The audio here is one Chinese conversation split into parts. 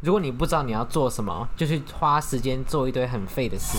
如果你不知道你要做什么，就去花时间做一堆很废的事。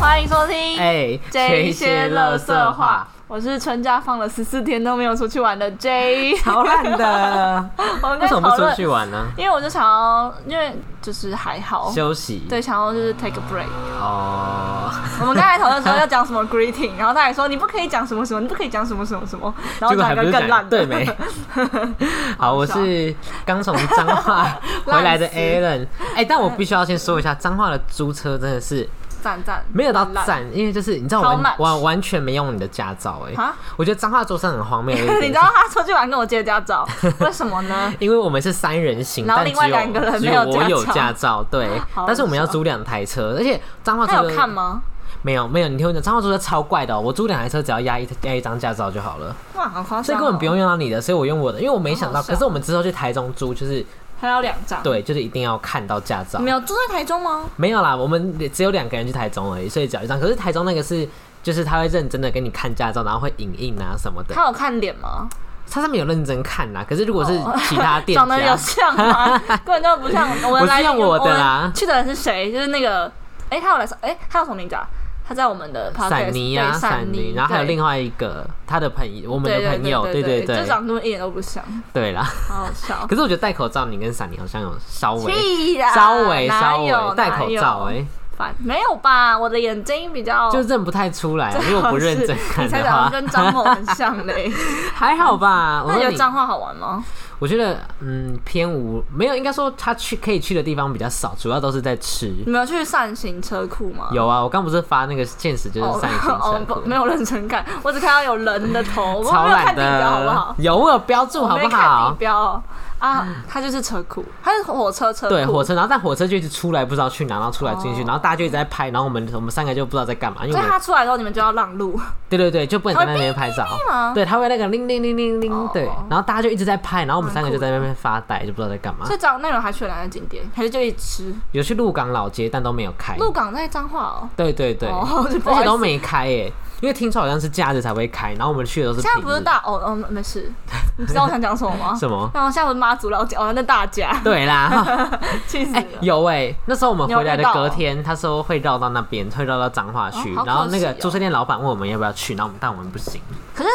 欢迎收听哎、这一些乐色色话，，我是春假放了十四天都没有出去玩的 J。超烂的。 我们为在什讨么不论出，去玩呢？因为我就想要，因为就是还好， 休息。对，想要就是 take a break。哦，我们刚才讨论说要 讲什么 greeting，然后他还说你不可以讲什么什么，你不可以讲什么什么什么，然结后果讲还一不是个更烂讲对的，没？好，我是刚从彰化回 来的 Alan。哎、但嗯我必须要先说一下，彰化的租车真的是 赞赞，没有到很烂，赞，因为就是你知道 How 我 much？完完完全没用你的驾照哎、啊我觉得彰化做车很荒谬的一点是。 你知道他出去玩跟我借 家照，为什么呢？因为我们是三人行，然后但另外只有两个人只没有我驾有照啊驾照，对好，但是我们要笑租两台车，而且彰化租他有的看吗？没有没有，你听我讲，彰化租车超怪的、哦，我租两台车只要压一压一张驾照就好了，哇，好夸张哦！哦所以根本不用用到你的，所以我用我的，因为我没想到，好好笑可是我们之后去台中租就是还有两张，，对，就是一定要看到驾照，没有住在台中吗？没有啦，我们只有两个人去台中而已，所以只要一张，可是台中那个是。就是他会认真的给你看驾照，然后会影印啊什么的。他有看脸吗？他上面有认真看啦，可是如果是其他店哦 长得家有，像吗？根本就不像。我我们是来用我的啦们去的人是谁？就是那个，哎、他有来上，哎、他有什么名字啊？他在我们的 podcast, 闪尼啊，对闪闪尼，然后还有另外外一个他的朋友，我们的朋友，对对对就对，长得一点都不像，对 啦。好好笑。可是我觉得戴口罩，你跟闪尼好像有稍微屁啦稍微哪稍有微戴口罩，哪有哎，烦没有吧？我的眼睛比较就认不太出来，啊如果不认真看你才的长得话，跟张某很像嘞。还好吧。 我 那你说觉得你，脏话好玩吗？我觉得嗯偏无没有，应该说他去可以去的地方比较少，主要都是在吃。你们有去扇形车库吗？有啊，我刚不是发那个现实就是上一次 哦不，没有认真看，我只看到有人的头，我超没有懒看地标，好不的好，？有我有标注 好我不没看好地？标啊，它就是车库，它是火车车库，对，火车，然后但火车就一直出来，不知道去哪，然后出来进去，哦然后大家就一直在拍，然后我们我们三个就不知道在干嘛，因为所以我们它出来之后你们就要让路，对对对，就不能在那边拍照哔哔吗， 对，他啊会那个铃铃铃铃铃哦，对，然后大家就一直在拍，然后我们三蛮个酷就在那边发呆，就不知道在干嘛啊所。以彰那种还去了哪个景点？还是就一直吃？有去鹿港老街，但都没有开，鹿港在彰化哦，对对对，哦而就不好意且思都没开耶，因为听说好像是假日才会开，然后我们去的都是现在平不日是大哦哦没事，你知道我想讲什么吗？ 什么？然后现在不是妈祖了解哦，那大家 对啦，气死哎、了。有哎、那时候我们你有回来的遇到隔哦天，他说会绕到那边，会绕到彰化区，哦好然后可那个惜哦租车店老板问我们要不要去，然后我们但我们不行，可是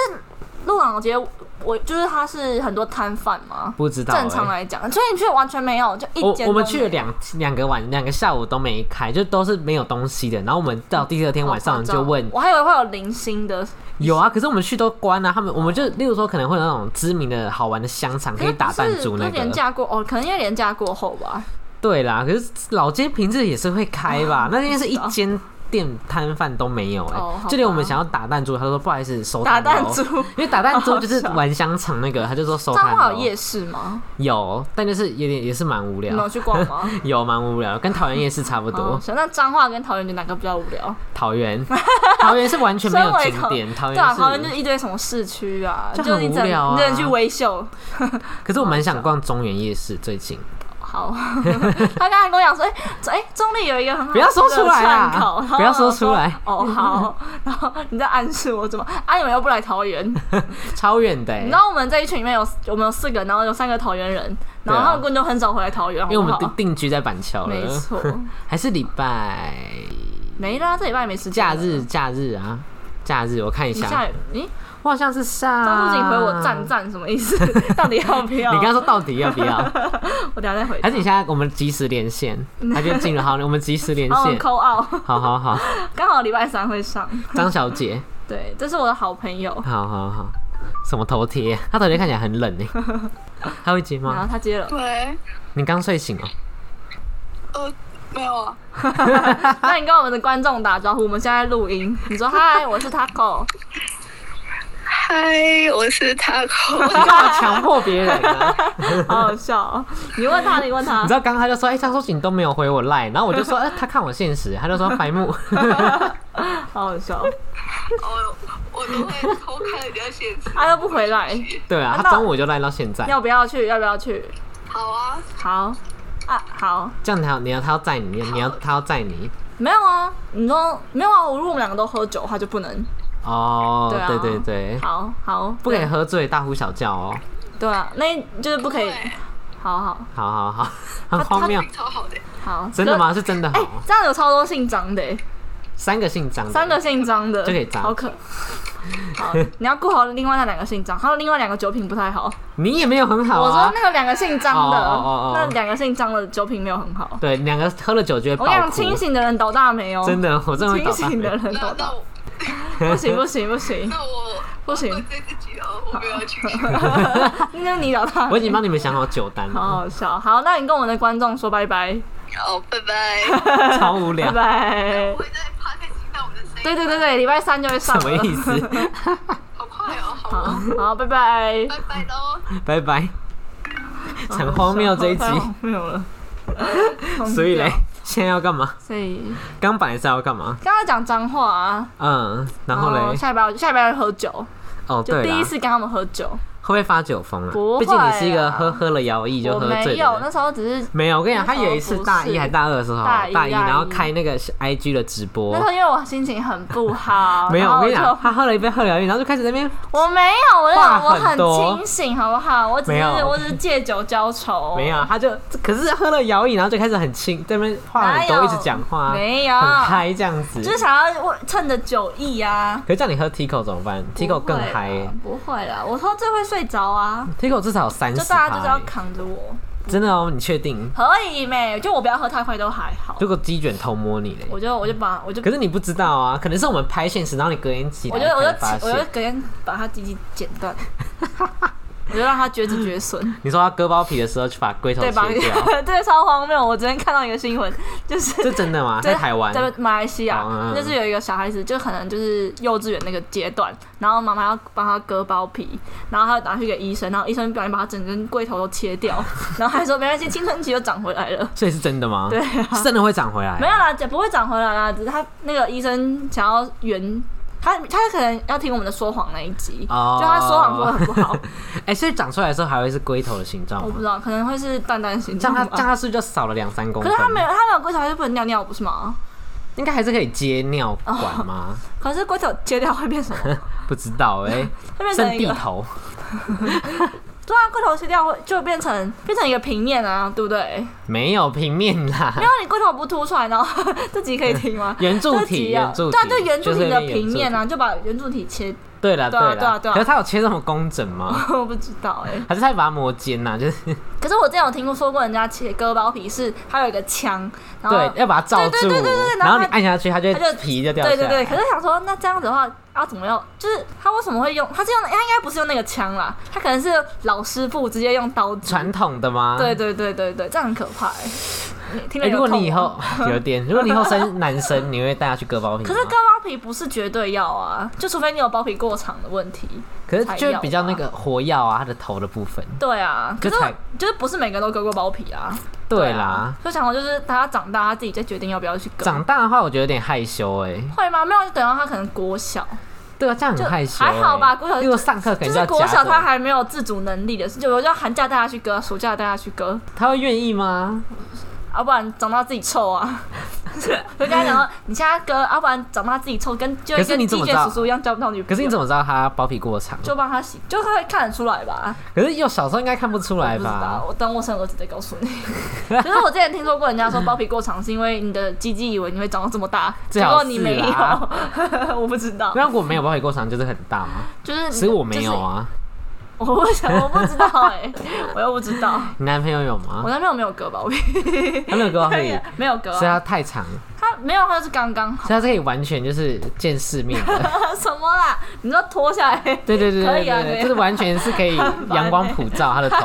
鹿港街，我就是它是很多摊贩吗？不知道、哎正常来讲，所以你去完全没有，就一我间我们都去没了有两两个晚两个下午都没开，就都是没有东西的。然后我们到第二天晚上就问、哦我还以为会有零星的，有啊，可是我们去都关了、他们我们就例如说可能会有那种知名的好玩的香肠可以打弹珠那可是不是廉个，价过哦，可能因为廉价过后吧。对啦。可是老街平日也是会开吧？那应该是一间店摊贩都没有哎、哦好吧就连我们想要打弹珠，他说不好意思收打摊咯 弹珠，因为打弹珠就是 好好笑玩香肠那个，他就说收彰摊化咯有夜市吗？有，但就是有点也是蛮无你们有聊，去逛 吗？有蛮无聊，跟桃园夜市差啊不多。哦，行那彰化跟桃园就哪个比较无聊？桃园， 桃园是完全没有景 点，桃对啊，桃园。园就是一堆什么市区啊，就就是很你无只聊啊能你只能去微秀。可是我蛮想逛中原夜市，最近好， 他刚才跟我讲说，哎、这哎、中立有一个很好不要说吃的出来啊串烤，然后不要说我出来。哦，好， 然后你在暗示我怎么？啊，你们又不来桃园？超远的欸、你知道我们这一群里面有我们有四个，然后有三个桃园人，然后他们根本就很少回来桃园，好啊因为我不们好定？定居在板桥哦没了，错，还是礼拜 没啦，这礼拜也没时间假了。日假日啊，假日我看一你下，下雨，咦，我好像是上。张路景回我赞。赞什么意思？ 到底要不要？啊你刚刚说到底要不 要？我等一下再回还。是你现在我们及时连线？他就进了，好，我们及时连 然后我们线。扣奥，好好好，刚好礼拜三会上。张小姐，对，这是我的好朋友，好好好，什么头贴？她头贴看起来很 冷哎、她会接然吗？后他接了，喂，你刚睡醒哦、 呃，没有啊，那你跟我们的观众打招呼，我们现在录音。你说嗨，我是 Taco，嗨，我是 Taco，你干嘛强迫别人啊？好好笑、哦。你问他，你问他你知，道刚刚他就说，哎、张叔景都没有回我赖，然后我就 说，哎、他看我现实，他就说白目， 好好笑。我我都会偷看人家现实。他都不回来，对啊，那他中午就赖到现在，要不要去？要不要去？好啊，好啊，好，这样他你要他要载你，你要他要载你，没有啊，你说没有啊？我如果我们两个都喝酒的话，就不能。哦，对啊对对对，好好，不可以喝醉大呼小叫哦，对啊，那就是不可以。对好好好好好，很他荒谬命，超好的，好，真的吗？是真的可？哎、好，这样有超多姓张的、欸，三个姓张的，三个姓张的就可以张好可。好，你要顾好另外那两个姓张，还有另外两个酒品不太好。你也没有很好我说啊。那个两个姓张的，哦哦哦哦那两个姓张的酒品没有很好。对，两个喝了酒就会我跟你爆讲，哭，清醒的人倒大霉哦、真的，我真的会清倒大醒的霉。人那倒那大我霉，不行不行不行，那我不行我这自己哦，我没有去。那你倒大 霉。我已经帮你们想好酒单好了，好笑。好，那你跟我们的观众说拜拜，好，拜拜。超无拜聊，拜我。会在 p o d 听到我的声音。对对对，对，礼拜三就会上什了。么意思？ 好快哦，好好哦，，好，拜拜。拜拜喽。拜拜，很荒谬这一集太。荒谬 了。嗯啊所以嘞，现在要干 嘛？所以刚本来是要干嘛？刚刚讲脏话啊，哦嗯，然后嘞，下一班下一班喝酒，哦就对第啦一，次跟他们喝酒，会不会发酒疯啊？不会啊毕竟你是一个喝喝了摇曳就我喝醉的没有，那人。时候只是没有，我跟你讲，那他时候有一次不是大一还大二的时候，大一大一大一然后开那个 IG 的直播那时，候因为我心情很不好，没有，然我后跟我你就讲，他喝了一杯喝了摇曳，然后就开始在那边我没有，我就话我很很多清醒，好不好？我只没是有我只是借酒浇愁，没有，啊他就可是喝了摇饮，然后就开始很轻，在那边话很哪多，有一直讲话，没有啊很嗨这样子。就是想要趁着酒意啊。可是叫你喝 Tico 怎么办？Tico 更嗨耶、不会啦，我喝醉会睡着啊， t i c o 至少三十欸就大家就知道扛着我，真的哦，你确定？可以没？就我不要喝太快都还好，如果鸡卷偷摸你嘞？我就我就把我就 可是你不知道啊，可能是我们拍现实，然后你隔天起来我就我就才发我就现。隔天把他鸡鸡剪断， 我就让他绝子 绝孙，你说他割包皮的时候去把龟头对吧？切 掉，对，超荒谬！我昨天看到一个新闻，就是这真的啊吗？在台湾在马来西亚哦，嗯就是有一个小孩子，就可能就是幼稚园那个阶段，然后妈妈要帮他割包皮，然后他就拿去给医生，然后医生不小心把他整根龟头都切掉，然后还说没关系，青春期又长回来了。所以是真的吗？对啊是真的会长回来。没有啦，也不会长回来啦，只是他那个医生想要圆。他他可能要听我们的说谎那一集哦就他说谎说的很不 好，哎，所以长出来的时候还会是龟头的形状我不吗？知道，可能会是蛋蛋形这状样吧它这样它是不是就少了两三公可分？是他没有他没有龟头，他就不能尿尿，不是吗？应该还是可以接尿管吗？可是龟头切掉会变什么？不知道哎、 会变成剩一地个头，对啊，龟头切掉会就变成变成一个平面啊，对不对？没有平面没啦，有你龟头不凸出来，然后 这集可以听吗？圆柱这体，集啊圆柱体，对啊，就圆柱是体那个的平面圆柱体。啊，就把圆柱体切， 对啦，对啊对啊啦，对啊可是它有切这么工整吗？我不知道哎、还是他把它磨尖呐、就是可是我之前有听过说过，人家切割包皮是它有一个枪，然后对，要把它罩住，哦对对对对对然然后后你它按下去，它就它就皮就掉下来。对对对，可是想说，那这样子的话，要怎么用？就是他为什么会用？他是用，他应该不是用那个枪啦，他可能是老师傅直接用刀子。传统的吗？对对对对对，这样很可怕、欸。你听了哎。有如果痛吗你以后 有点，如果你以后 生男生，你会带他去割包皮吗？可是割包皮不是绝对要啊，就除非你有包皮过长的问题。可是就才会要比较那个火药啊，它的头的部分。对啊，就可是才我就是不是每个都割过包皮啊。对啦啊，，就想说就是等他长大，他自己再决定要不要去割。长大的话我觉得有点害羞哎、会吗？没有，就等到他可能国小，对啊，这样很就害羞、欸。还好吧国小如果上课可就能要是国夹小着他还没有自主能力的，就我就寒假带他去割，暑假带啊他去割。他会愿意吗？要、不然长大自己臭啊！ 我就跟他讲说，你现在割，要、不然长大自己臭，跟就可会是你怎跟鸡么卷知道叔叔一样交不到女朋友。可是你怎么知道他包皮过长？就帮他洗，就会看得出来吧？啊可是有小时候应该看不出来不知道，吧？我等我生儿子再告诉 你。可是我之前听说过人家说包皮过长是因为你的鸡鸡以为你会长到这么大，最结好果是你没啦有， 我不知道，那如果没有包皮过长，就是很大吗？就是其实我没有，啊，就是、 我不想，我不知道哎、我又不知道，你男朋友有我吗？男朋友没有割包皮， 他没有割包皮，没有割、所以啊，他太长，他没有，他就是刚刚好所以他是可以完全就是见世面的。什么啦？你说脱下来，对对对可对以啊对可以对，啊就是完全是可 以阳光普照他的头，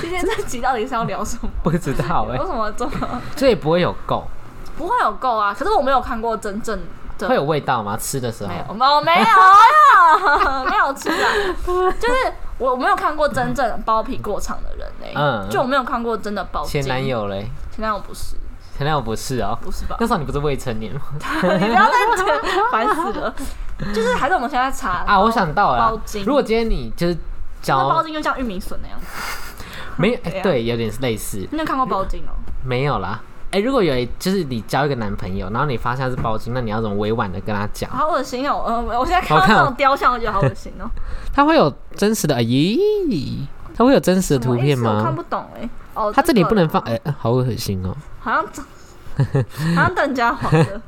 今天这集到底是要聊什么？ 不知道哎为， 什么这么所以不会有垢，不会有够啊？可是我没有看过真正的会有哦味道吗？吃的时候没有，我没有哎呀，没有吃的，就是我没有看过真正包皮过长的人呢、嗯就我没有看过真的包茎前男，友嘞，前男友不嗯是，前男友不是哦，不是吧 那？时候你不是未成年吗？你不要再 讲，烦死了。就是还是我们现在查啊，我想到了包啦，茎如果今天你就是那包啊交茎就像玉米笋那样子，没有，怎哎样对，有点类似，嗯你有看过包茎哦、没有啦，哎、如果有一就是你交一个男朋友，然后你发现他是包金，那你要怎么委婉的跟他讲？好恶心哦！呃，我现在看好到看哦这种雕像，我觉得好恶心哦。他会有真实的？哎咦，他会有真实的图片什么意思我看吗？不懂哎、哦，他这里不能放，个哎、好恶心 哦！好像好像邓家华的，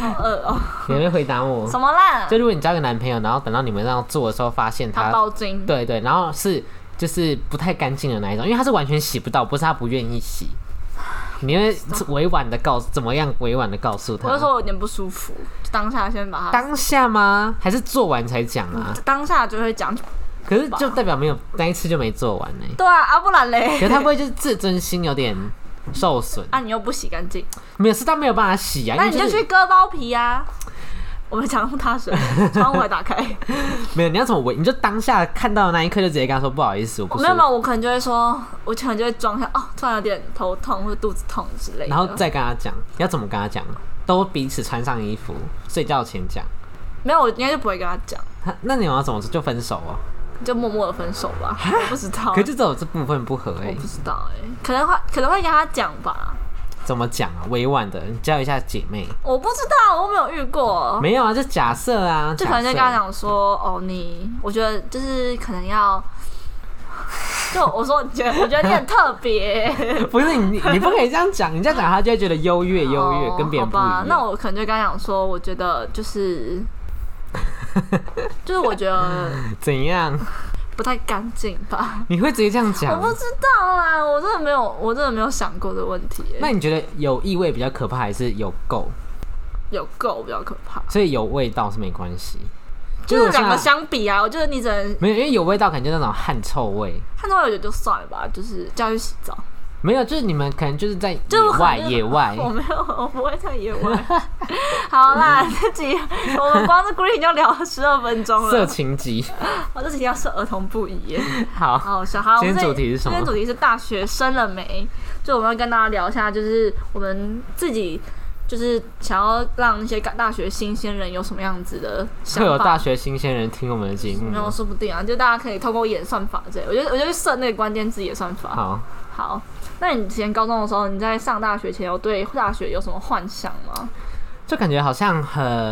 好恶哦。你会回答我？什么啦？就如果你交一个男朋友，然后等到你们这样做的时候，发现他包金，对对，然后是就是不太干净的那一种，因为他是完全洗不到，不是他不愿意洗。你会委婉的告诉，怎么样委婉的告诉他？我就说我有点不舒服，就当下先把它当下吗？还是做完才讲啊？当下就会讲。可是就代表没有那一次就没做完呢、欸对啊，啊不然可是嘞，他会不会就是自尊心有点受损？ 啊你又不洗干净，没有，是他没有办法洗啊。那因你为就是去割包皮啊。我们讲那么大声，窗户还打开。没有，你要怎么委？你就当下看到的那一刻就直接跟他说不好意思，我不舒没有没服，有，我可能就会说，我可能就会装一下哦，突然有点头痛或者肚子痛之类的。然后再跟他讲，你要怎么跟他讲？都彼此穿上衣服，睡觉前讲。没有，我应该就不会跟他讲，他那你们要怎么就分手哦、就默默的分手吧。我不知道，可就只有这部分不合哎、我不知道哎、可能会可能会跟他讲吧，怎么讲啊？委婉的你教一下姐妹。我不知道，我没有遇过。没有啊，就假设啊，就可能假就跟设他讲说，哦，你，我觉得就是可能要， 就我说，你觉得我觉得你很特别，不是你，你不可以这样讲，你这样讲他就会觉得优越， 优越、哦跟别人不一好吧样。，那我可能就跟他讲说，我觉得 就是，就是我觉得怎样？不太干净吧，你会直接这样我讲不？知道啦，我真的没有，我真的没有想过的问题耶，那你觉得有异味比较可怕，还是有垢？有够比较可怕，所以有味道是没关系，就因为我是现两在个相比啊，我觉得你只能没有，因为有味道感觉那种汗臭味。看到我觉得就算了吧，就是叫他去洗澡，没有，就是你们可能就是在就野很外，野外， 我没有，我不会在野外。 好啦，这集我们光是 Green 就聊了十二分 钟色了，情集。我这集要是儿童不宜耶。好，好，哦小豪，今天我们这主题是什么今天主题是大学生了没？就我们要跟大家聊一下，就是我们自己。就是想要让那些大学新鲜人有什么样子的想会有法，大学嗯新鲜人听我们的节目没有吗。说不定啊，就大家可以透过演算法这类，我觉得我觉得设那个关键字演算法。好，好，那你之前高中的时候，你在上大学前有对大学有什么幻想吗？就感觉好像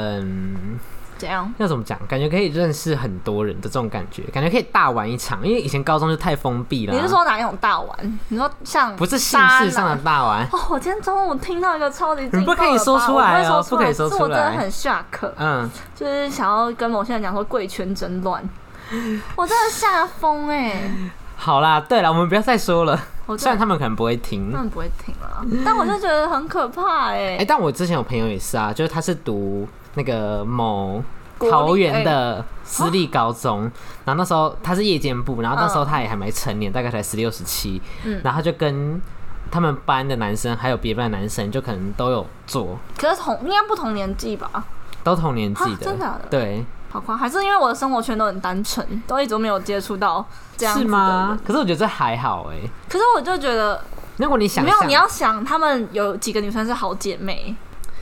很怎样？要怎么讲？感觉可以认识很多人的这种感觉，感觉可以大玩一场。因为以前高中就太封闭了啊、你是说哪一种大玩？你说像不是性事上的渣男？大玩？哦，我今天中午听到一个超级劲爆的吧，你不可以说出来哦我不会不可以说说出来出来，可是我真的很下课，嗯，就是想要跟某些人讲说贵圈真乱， 我真的吓疯哎！好啦，对了，我们不要再说了。 我虽真然的他们可能不会听，根本不会听了，但我就觉得很可怕哎、哎、但我之前有朋友也是啊，就是他是读那个某国立哎啊桃园的私立高中，然后那时候他是夜间部，然后那时候嗯他也还没成年，大概才十六十七嗯，然后他就跟他们班的男生还有别班的男生，就可能都有做，可是同应该不同年纪吧？都同年纪啊真的假的对，好夸，还是因为我的生活圈都很单纯，都一直没有接触到这样子是的吗人？可是我觉得这还好哎、可是我就觉得如果你想没有，象你要想，她们有几个女生是好姐妹，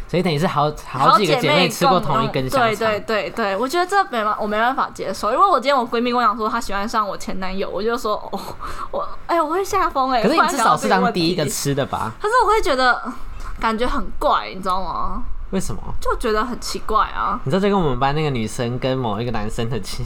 所以等于是好好几个姐妹吃过同一根香肠，哦对对对对，我觉得这没办，我没办法接受，因为我今天我闺蜜跟我讲说她喜欢上我前男友，我就说哦，我哎、我会吓疯哎。可是你突然至想到少是这问当第一个题吃的吧？可是我会觉得感觉很怪，你知道吗？为什么？就觉得很奇怪啊，你知道这跟我们班那个女生跟某一个男生的亲，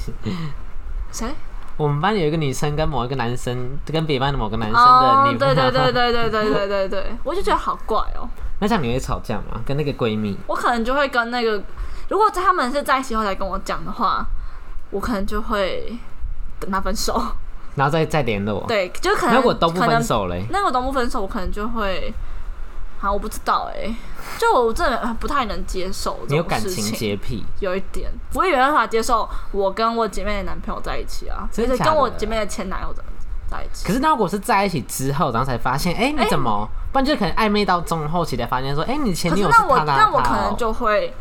谁？我们班有一个女生跟某一个男生跟别班的某个男生哦的，女朋对友，对对对对对对对对， 我就觉得好怪哦、那这样你会吵架吗？跟那个闺蜜？我可能就会跟那个，如果他们是在一起后才跟我讲的话，我可能就会等他分手。然后再再联络。，对，就可能如果哦都不分，手嘞可能，那我都不分手，我可能就会，好，我不知道哎、就我真的不太能接受你这有种感事情情。洁癖，有一点，我也没办法接受我跟我姐妹的男朋友在一起啊，真的而且假跟的我姐妹的前男友在在一起可。是那如果是在一起之后，然后才发现，哎、你怎么？不然就可能暧昧到中后期才发现说，哎、你前可女是友那我他那他我可他、能哦。就会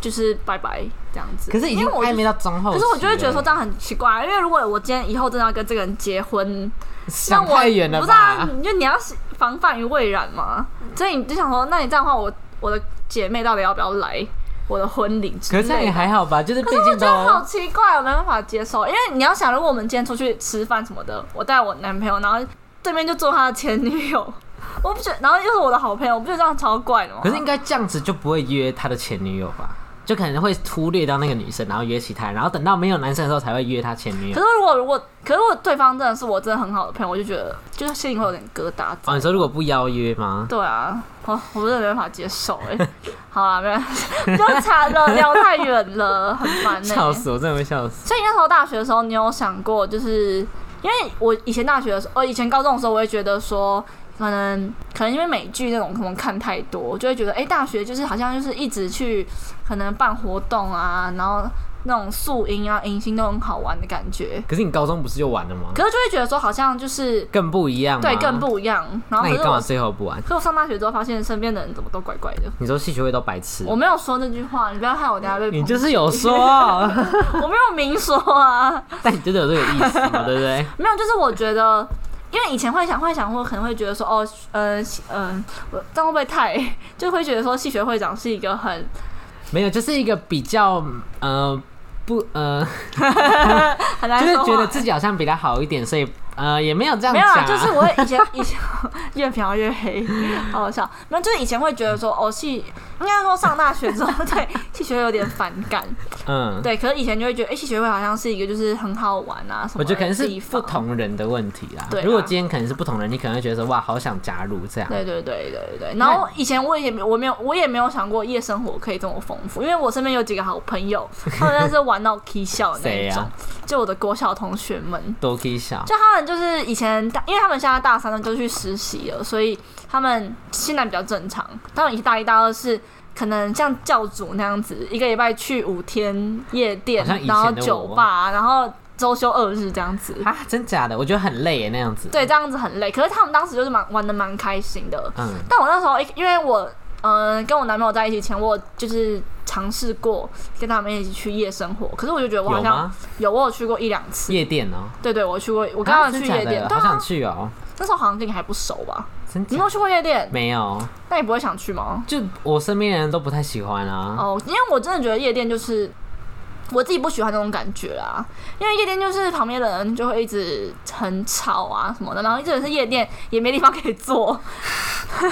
就是拜拜这样子，可是已经因为我就暧昧到中后期可了，是我就会觉得说这样很奇怪，因为如果我今天以后真的要跟这个人结婚，那想我太远了不是啊吧？？因为你要防范于未然嘛，所以你就想说，那你这样的话，我我的姐妹到底要不要来我的婚礼之可类是这样也的？还好吧，就是毕可是我竟觉得好都奇怪，我没办法接受，因为你要想，如果我们今天出去吃饭什么的，我带我男朋友，然后对面就坐他的前女友， 我不觉得，然后又是我的好朋友，我不觉得这样超怪的吗？可是应该这样子就不会约他的前女友吧？就可能会忽略到那个女生，然后约其他人，然后等到没有男生的时候才会约他前女可友。是如果如果，可是如果对方真的是我真的很好的朋友，我就觉得就是心里会有点疙瘩在。哦，你说如果不邀约吗？对啊，我我真的没办法接受哎、 好啦，没办法， 就差了，聊太远了，很烦 欸呢、笑死我，真的会笑死。所以那时候大学的时候，你有想过，就是因为我以前大学的时候，呃，以前高中的时候，我会觉得说，可能可能因为美剧那种可能看太多，我就会觉得，哎、大学就是好像就是一直去可能办活动啊，然后那种宿营啊、迎新都很好玩的感觉。可是你高中不是就玩了吗？可是就会觉得说，好像就是更不一样。对更。不一样。然后那可你是干嘛我，最后不玩？可是我上大学之后发现身边的人怎么都怪怪的。你说戏剧会都白痴我？没有说那句话，你不要害我等下被抨击。你就是有说， 我没有明说啊。但你真的有这个意思嘛？对不 对？没有，就是我觉得，因为以前幻想幻想会可能会觉得说，哦，呃，嗯、我这样会不会太 就会觉得说系学会长是一个很没有，就是一个比较呃不呃，很难就是哎说话觉得自己好像比他好一点，所以呃也没有这样没讲有啊、啦，就是我以前以前 越描越黑，好好笑。没有，就是以前会觉得说，哦，系应该说上大学之后对 系学会有点反感，嗯，对。可是以前就会觉得，哎、系学会好像是一个就是很好玩啊什我么的地方。觉得可能是不同人的问题啦。对啊如果今天可能是不同人，你可能会觉得说哇，好想加入这样。对对对对对。然后以前我也没我没有我也没有想过夜生活可以这么丰富，因为我身边有几个好 朋友，他们真是玩到 k 笑的那谁啊一种，呀就我的国小同学们。多 K 小，就他们就是以前大，因为他们现在大三了就去实习了，所以他们现在比较正常。他们以前大一、大二是可能像教主那样子，一个礼拜去五天夜店好像，以前的然我后酒吧，然后周休二日这样子。啊，真假的？我觉得很累耶，那样子。对，这样子很累。可是他们当时就是蛮玩的蛮开心的，嗯，但我那时候一，因为我嗯、呃跟我男朋友在一起前，我就是尝试过跟他们一起去夜生活，可是我就觉得我好有像吗？有我有去过一两次。夜店哦、对对，我去过，我我跟他们去夜店，对好啊想，去哦、那时候好像跟你还不熟吧？真你假有没有去过夜店？没有，那你不会想去吗？就我身边的人都不太喜欢啊。哦，因为我真的觉得夜店就是我自己不喜欢那种感觉啦，因为夜店就是旁边的人就会一直很吵啊什么的，然后这个是夜店也没地方可以坐，啊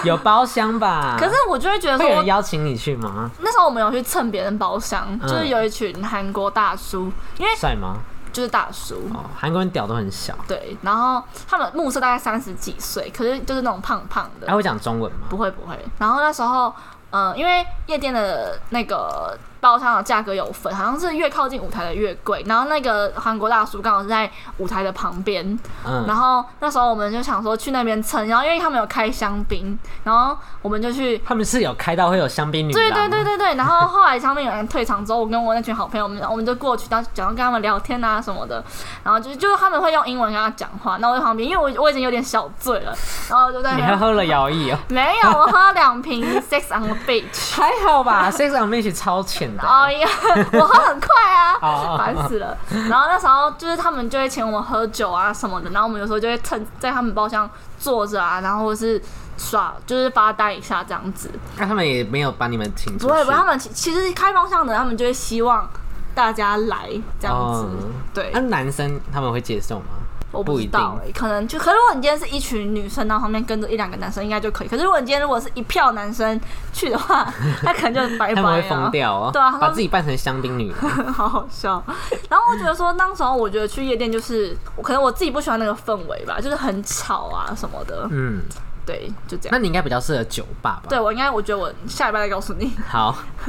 有包厢吧？可是我就会觉得会说有人邀请你去吗？那时候我们有去蹭别人包厢，嗯就是有一群韩国大叔，因为帅吗？就是大叔，哦，韩国人屌都很小。对，然后他们目测大概三十几岁，可是就是那种胖胖的，还会讲中文吗？不会不会。然后那时候，嗯、因为夜店的那个包厢的价格有分，好像是越靠近舞台的越贵。然后那个韩国大叔刚好是在舞台的旁边，然嗯，后那时候我们就想说去那边蹭，然后因为他们有开香槟，然后我们就去他们是有开到会有香槟女对对郎对对对，然后后来他们有人退场之后，我跟我那群好朋友，我们我们就过去，然后假装跟他们聊天啊什么的，然后就就是他们会用英文跟他讲话，那我在旁边，因为我我已经有点小醉了，然后就在你那还 边喝了摇椅哦？没有，我喝了两瓶 Sex on the Beach，还好 吧，Sex on Beach 超浅的。哎呀，我喝很快啊，哦烦死了。然后那时候就是他们就会请我们喝酒啊什么的，然后我们有时候就会趁在他们包厢坐着啊，然后或是耍，就是发呆一下这样子。那他们也没有把你们请出去。不会，不会，他们其其实开包厢的人，他们就会希望大家来这样子。哦对，那男生他们会接受吗？我不不一知定道、欸，可能就可是如果你今天是一群女生，然后旁边跟着一两个男生，应该就可以。可是如果你今天如果是一票男生去的话， 那可能就拜他们拜会疯了。掉哦，对啊他们把自己扮成香槟女郎。 好好笑。然后我觉得说，那时候我觉得去夜店就是，可能我自己不喜欢那个氛围吧，就是很吵啊什么的。嗯，对，就这那样。你应该比较适合酒吧吧？对，我应该，我觉得我下礼拜再告诉你。好。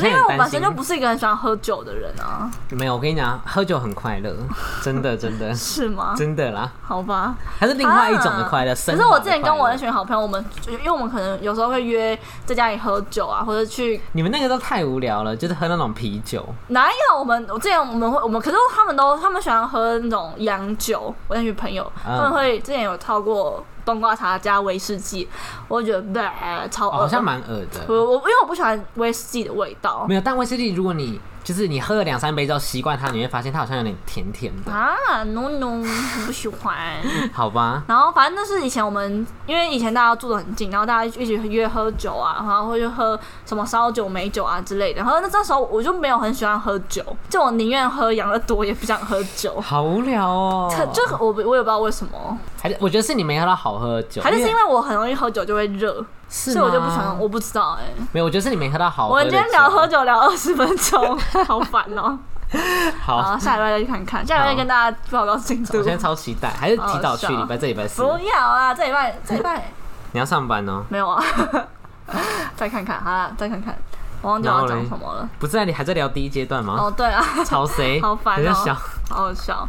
可是因为我本身就不是一个很喜欢喝酒的人啊，没有，我跟你讲，喝酒很快 乐，真的，真的，是吗？真的啦，好吧。还是另外一种的快乐。啊可升是华我的之前跟我快乐那群好朋友，我们就因为我们可能有时候会约在家里喝酒啊，或者去你们那个都太无聊了，就是喝那种啤酒，哪有我们？我之前我们会我们，可是他们都他们喜欢喝那种洋酒。我那群朋友、嗯他们会之前有套过冬瓜茶加威士忌，我就觉得呃超恶、哦好像蛮恶的。我我因为我不喜欢威士忌的味道没。有，但威士忌如果你就是你喝了两三杯之后习惯它，你会发现它好像有点甜甜的，啊，no no，我不喜欢。好吧？然后反正那是以前我们，因为以前大家住的很近，然后大家一起约喝酒啊，然后会去喝什么烧酒、美酒啊之类的。然后那这时候我就没有很喜欢喝酒，就我宁愿喝养乐多，也不想喝酒。好无聊哦、可就我不我也不知道为什么，还是我觉得是你没喝到好喝的酒，还是是因因为我很容易喝酒就会热，是所以我就不喜吗欢。我不知道哎、没有，我觉得是你没喝到好我喝的们酒。今天聊喝酒聊二十分钟，好烦哦、好好，，下礼拜再去看看，下礼拜再跟大家报告进度我。现在超期待，还是提早去好好笑礼拜这礼拜四，不要啊，这礼拜这礼拜你要上班哦。没有啊， 再看看，好啦，再看看，我忘记我要讲什么了。不是啊，你还在聊第一阶段吗？哦，对啊， 吵谁？好烦哦人家小好好笑。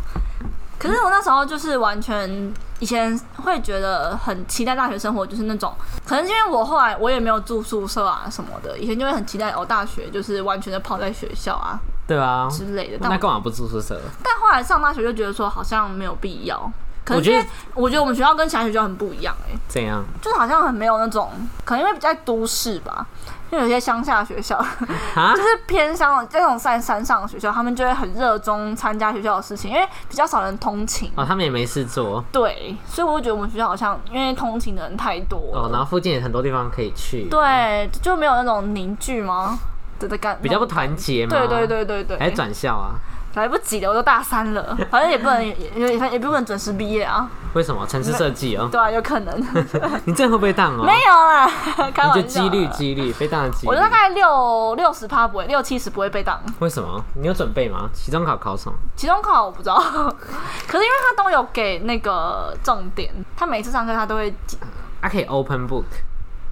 可是我那时候就是完全以前会觉得很期待大学生活，就是那种可能是因为我后来我也没有住宿舍啊什么的，以前就会很期待哦，大学就是完全的泡在学校啊对啊，之类的。但那干嘛不住宿舍？但后来上大学就觉得说好像没有必要。可我能觉因得为我觉得我们学校跟其他学校很不一样哎、欸这样就是好像很没有那种，可能因为比较都市吧，因为有些乡下学校啊就？是偏乡这种在山上的学校，他们就会很热衷参加学校的事情，因为比较少人通勤。哦，他们也没事做对，所以我就觉得我们学校好像因为通勤的人太多哦，然了，后附近也很多地方可以去，，对，啊就没有那种凝聚吗的的感，比较不团结嘛。对对，对对对，还转校啊？来不及了，我都大三了，反正也不能也也也不能准时毕业啊，为什么？城市设计哦，对啊，有可能 你这会不会当哦？没有啦， 开玩你笑就几的，率几率被当的几率我。大概六六十趴不会，六七十不会被挡。为什么？你有准备吗？期中考考什么？期中考我不知道， 可是因为他都有给那个重点，他每次上课他都会记，还可以 open book，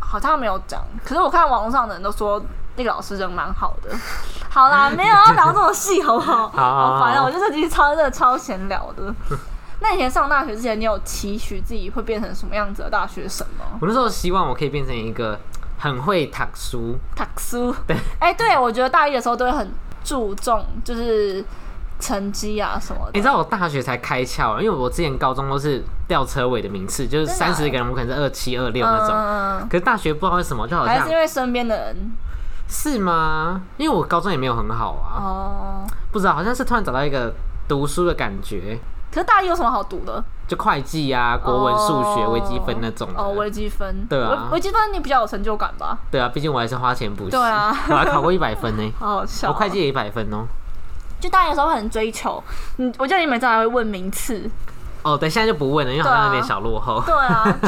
好像没有讲。可是我看网络上的人都说那个老师人蛮好的。好啦，没有要聊这么细，好不好？好好好好烦啊！我就是今天超热超闲聊的。那以前上大学之前，你有期许自己会变成什么样子的大学生吗？我那时候希望我可以变成一个很会读书，读书，哎、对我觉得大一的时候都会很注重就是成绩啊什么的。你知道我大学才开窍啊，因为我之前高中都是吊车尾的名次，就是真的啊三十个人，我可能是二七二六那种。嗯，可是大学不知道为什么，就好还像是因为身边的人是吗？因为我高中也没有很好啊，哦。不知道，好像是突然找到一个读书的感觉，可是大一有什么好读的？就会计啊、国文、数学、哦微积分那种的。哦，微积分。呃对啊微微积分你比较有成就感吧？对啊，毕竟我还是花钱补习，对啊我还考过一百分 呢、好好笑哦。我会计也一百分哦、就大一的时候会很追求，嗯，我记得你每次还会问名次。哦，等一下就不问了，因为好像有点对啊小落后。对啊， 就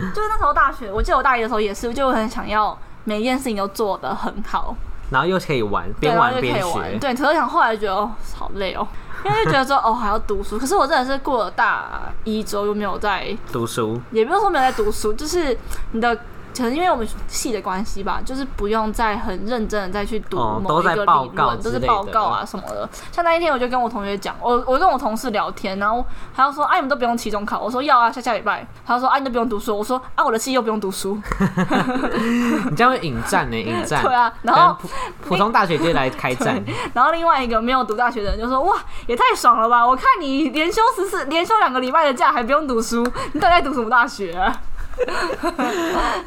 就是那时候大学，我记得我大一的时候也是，就很想要每一件事情都做得很好，然后又可以玩，对，边然后玩就边可以学玩。。对，可是想后来觉得哦，好累哦。因为就觉得说哦还要读书，可是我真的是过了大一之后又没有再读书也不是说没有在读书，就是你的可能因为我们系的关系吧，就是不用再很认真的再去读哦某一个都在理报论，告都之是类的报告啊什么的。像那一天我就跟我同学讲，我我跟我同事聊天，然后他就说：“哎、你们都不用期中考。”我说：“要啊，下下礼拜。”他就说：“哎、你都不用读书。”我说：“啊，我的系又不用读书。 你这样会引战呢、引”战。对啊，然可能后普 普通大学就来开战，然后另外一个没有读大学的人就说：“哇，也太爽了吧！我看你连休十四，连休两个礼拜的假还不用读书，你到底在读什么大学、啊？”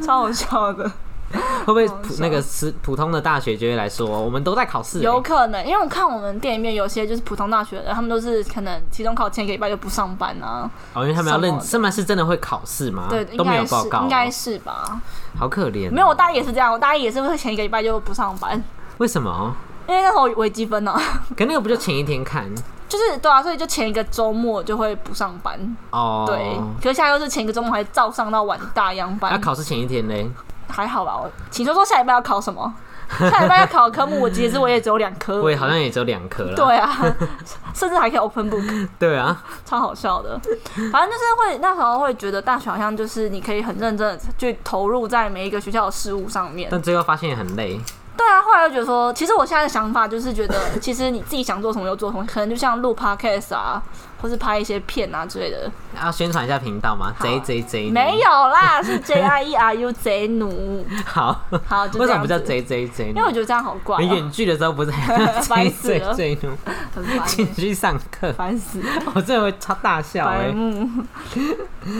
超好笑的。会不会好普笑那个是普通的大学就会来说，我们都在考试欸、有可能，因为我看我们店里面有些就是普通大学的，他们都是可能期中考前一个礼拜就不上班啊。哦，因为他们要认，什么的他们是真的会考试吗？对，都应没有该报是告哦，应该是吧？好可怜哦。没有，我大一也是这样，我大一也是会前一个礼拜就不上班，为什么？因为那时候微积分呢、啊可那个不就前一天看 就是对啊，所以就前一个周末就会不上班。哦？对，可是下周是前一个周末还照上到晚大样那班，啊考试前一天嘞？还好吧？我请说说下礼拜要考什么？ 下礼拜要考的科目，我其实我也只有两科，我也好像也只有两科了。对啊， 甚至还可以 open book。对啊，超好笑的。反正就是会那时候会觉得大学好像就是你可以很认真的去投入在每一个学校的事物上面。但最后发现也很累。对啊，后来就觉得 说，其实我现在的想法就是觉得，其实你自己想做什么就做什么，可能就像录 podcast 啊，或是拍一些片啊之类的。要宣传一下频道吗好？J J J 没有 啦，是 J I E R U 贼奴。好，好，就为什么这样不叫子 J J J？因因为我觉得这样好怪、你哦，远距的时候不是 烦 J 死了 J J 很烦欸、请 去上 课，烦死了，我真的会超大笑哎。白目，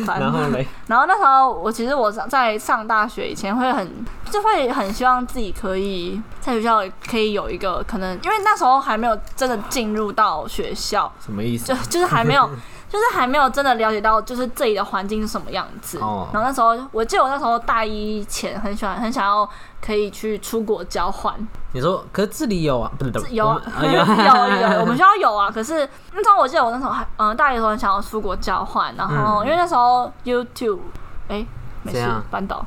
烦然后嘞，然后那时候我其实我在上大学以前会很就会很希望自己可以在学校可以有一个可能，因为那时候还没有真的进入到学校，什么意就思？就是还没 有就是还没有真的了解到就是自己的环境是什么样子。哦然后那时候我记得我那时候大一前很喜欢很想要可以去出国交换，你说，可是这里有啊，不是有 啊，我有们有有，我 们学校有啊。可是那时候我记得我那时候还，嗯、大一的时候很想要出国交换，然后、嗯因为那时候 YouTube，哎、没怎事样，扳倒。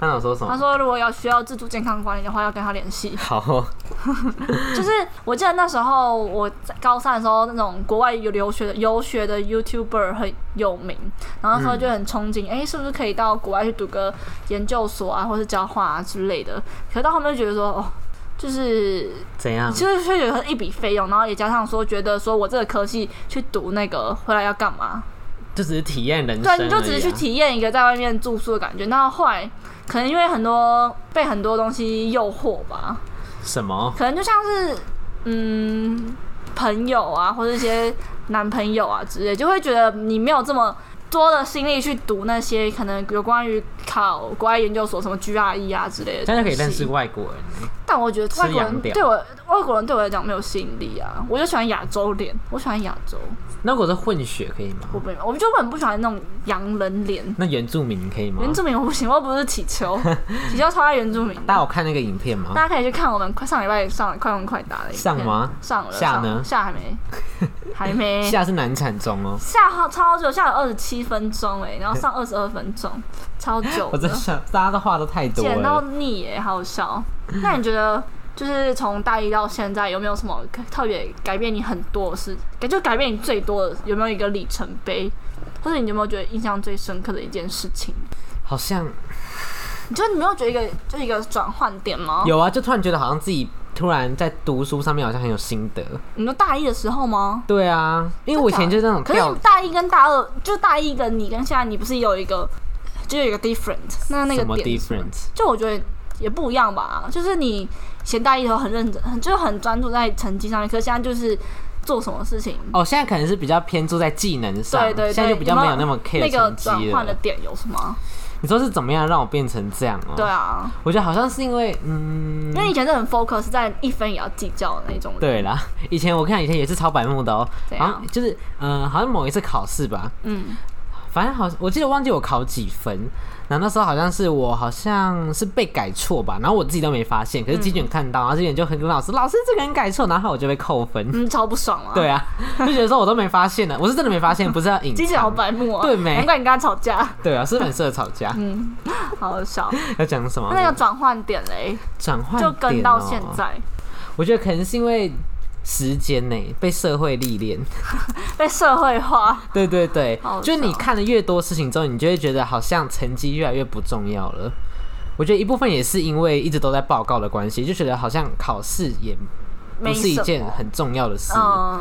班长说什他么？说如果要需要自助健康管理的话，要跟他联系。 好哦，就是我记得那时候我在高三的时候，那种国外有留学的游学的 YouTuber 很有名，然后那时候就很憧憬，哎、是不是可以到国外去读个研究所啊，或是交换啊之类的？可到后面就觉得说，哦，就是怎样？其实确实有一笔费用，然后也加上说觉得说我这个科系去读那个回来要干嘛？就只是体验人生而已啊，对，你就只是去体验一个在外面住宿的感觉。那后来可能因为很多被很多东西诱惑吧，什么？可能就像是嗯朋友啊，或者一些男朋友啊之类，就会觉得你没有这么。多的心力去读那些可能有关于考国外研究所什么 GRE 啊之类的，这大样就家可以认识外国人。但我觉得外国人吃洋屌对我外国人对我来讲没有吸引力啊，我就喜欢亚洲脸，我喜欢亚洲，那如果是混血可以吗？我不我就很不喜欢那种洋人脸。那原住民可以吗？原住民我不行，我又不是祈 求，祈求超爱原住民的。大家有看那个影片吗？大家可以去看我们快上礼拜上的快问快答的影片上吗上了，下上了呢下 还没，还没下是难产中哦，下好超久，下了二十七分钟哎、然后上二十二分钟，超久我的真，想，大家的话都太多剪到了。腻哎、好好笑。那你觉得？就是从大一到现在，有没有什么特别改变你很多的事？改就改变你最多的，有没有一个里程碑，或者你有没有觉得印象最深刻的一件事情？好像哦你觉得你没有觉得一个就一个转换点吗？有啊，就突然觉得好像自己突然在读书上面好像很有心得。你说大一的时候吗？对啊，因为我以前就是那种可是掉你大一跟大二，就大一跟你跟现在你不是有一个就有一个 different，那那什个么点是什么 difference，就我觉得也不一样吧。就是你以前大一的时候很认真，很就是很专注在成绩上面，可是现在就是做什么事情，哦，现在可能是比较偏注在技能上，对对对，啊现在就比较没有那有么 care 那个成转绩换了。的点有什么？你说是怎么样让我变成这样哦？对，啊，我觉得好像是因为，嗯因，为以前是很 focus 在一分也要计较的那种人。对啦，以前我看以前也是超白目的哦、怎好样像就是，嗯、好像某一次考试吧，嗯，反正好，我记得忘记我考几分，然后那时候好像是我好像是被改错吧，然后我自己都没发现，可是机卷看到，然后机卷就很跟老师，老师这个人改错，然后我就被扣分。嗯，超不爽啊。对，啊，就觉得说我都没发现呢，我是真的没发现，不是要隐机器好藏。白目啊，对没难怪你跟他吵架，对啊，是不是很适合吵架。嗯，好好笑。要讲什么？那个转换点嘞，转换就跟点到哦现，在，我觉得可能是因为时间呢、被社会历练。 被社会化，对对对好，就是你笑看的越多事情之后，你就会觉得好像成绩越来越不重要了。我觉得一部分也是因为一直都在报告的关系，就觉得好像考试也不没是一什件么很重要的事，嗯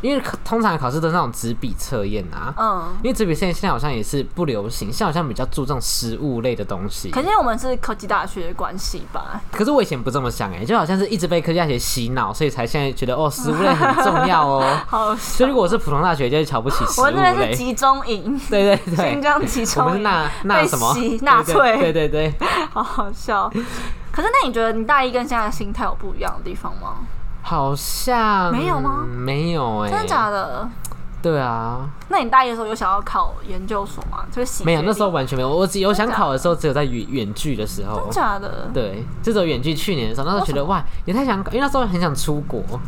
因为考通常考试都是那种纸笔测验啊。嗯。因为纸笔测验现在好像也是不流行，现在好像比较注重实物类的东西。可是因为我们是科技大学的关系吧，。可是我以前不这么想哎、就好像是一直被科技大学洗脑，所以才现在觉得哦，实物类很重要哦 好所以如笑。果我是普通大学，就会瞧不起实我物们那类边是。集中营，对对 对，新疆集我中们是营，纳纳被什么洗纳对粹对对对，好好笑。可是那你觉得你大一跟现在的心态有不一样的地方吗？好像没有吗没有哎、真的假的？对啊，那你大一的时候有想要考研究所吗？就是洗没有，学那时候历完全没有。我只有想真的假的考的时候，只有在远远距的时候真。假的？对，这种远距去年的时候，那时候觉得哇，也太想考，因为那时候很想出国，哦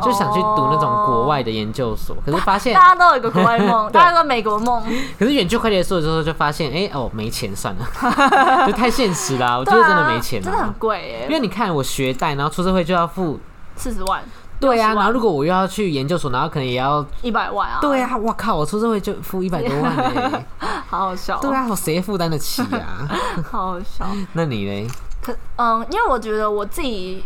就想去读那种国外的研究所。可是发现，大家都有一个国外梦， 对大家都有美国梦，啊可是远距快结束的时候，就发现，哎、哦，没钱算了， 就太现实啦。我我就是真的没钱啊啊真的很啦。贵因耶，为你看，我学贷，然后出社会就要付，四十万、对啊， 60万然后如果我又要去研究所，然后可能也要一百万啊，对，啊，我靠，我出社会就付一百多万 嘞、好好笑，对，啊，我谁负担得起 啊？好好笑。那你嘞？可嗯，因为我觉得我自己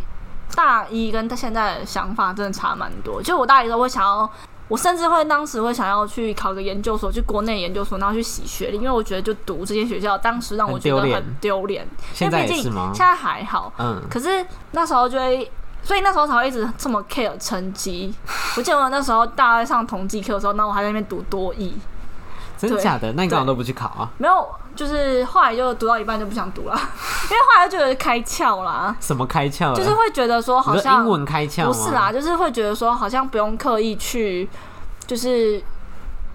大一跟现在的想法真的差蛮多。就我大一的时候，会想要，我甚至会当时会想要去考个研究所，去国内研究所，然后去洗学历，因为我觉得就读这些学校，当时让我觉得很丢脸很丢脸。现因为在毕也竟是吗现？在还好，嗯，可是那时候就会，所以那时候才会一直这么 care 成绩。我记得我那时候大二上统计课的时候，那我还在那边读多艺，真对假的？那你干嘛对都不去考啊？没有，就是后来就读到一半就不想读了， 因为后来就觉得开窍啦，什么开窍了？啊就是会觉得说好你说像英文开窍吗不是啦，，就是会觉得说好像不用刻意去，就是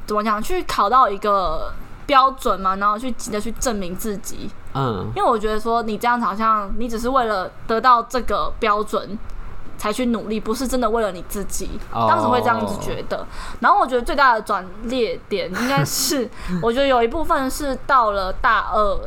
怎么讲，去考到一个标准嘛，然后去急着去证明自己，嗯，因为我觉得说你这样子好像你只是为了得到这个标准。才去努力，不是真的为了你自己。哦当时会这样子觉得，然后我觉得最大的转捩点应 该是，我觉得有一部分是到了大二，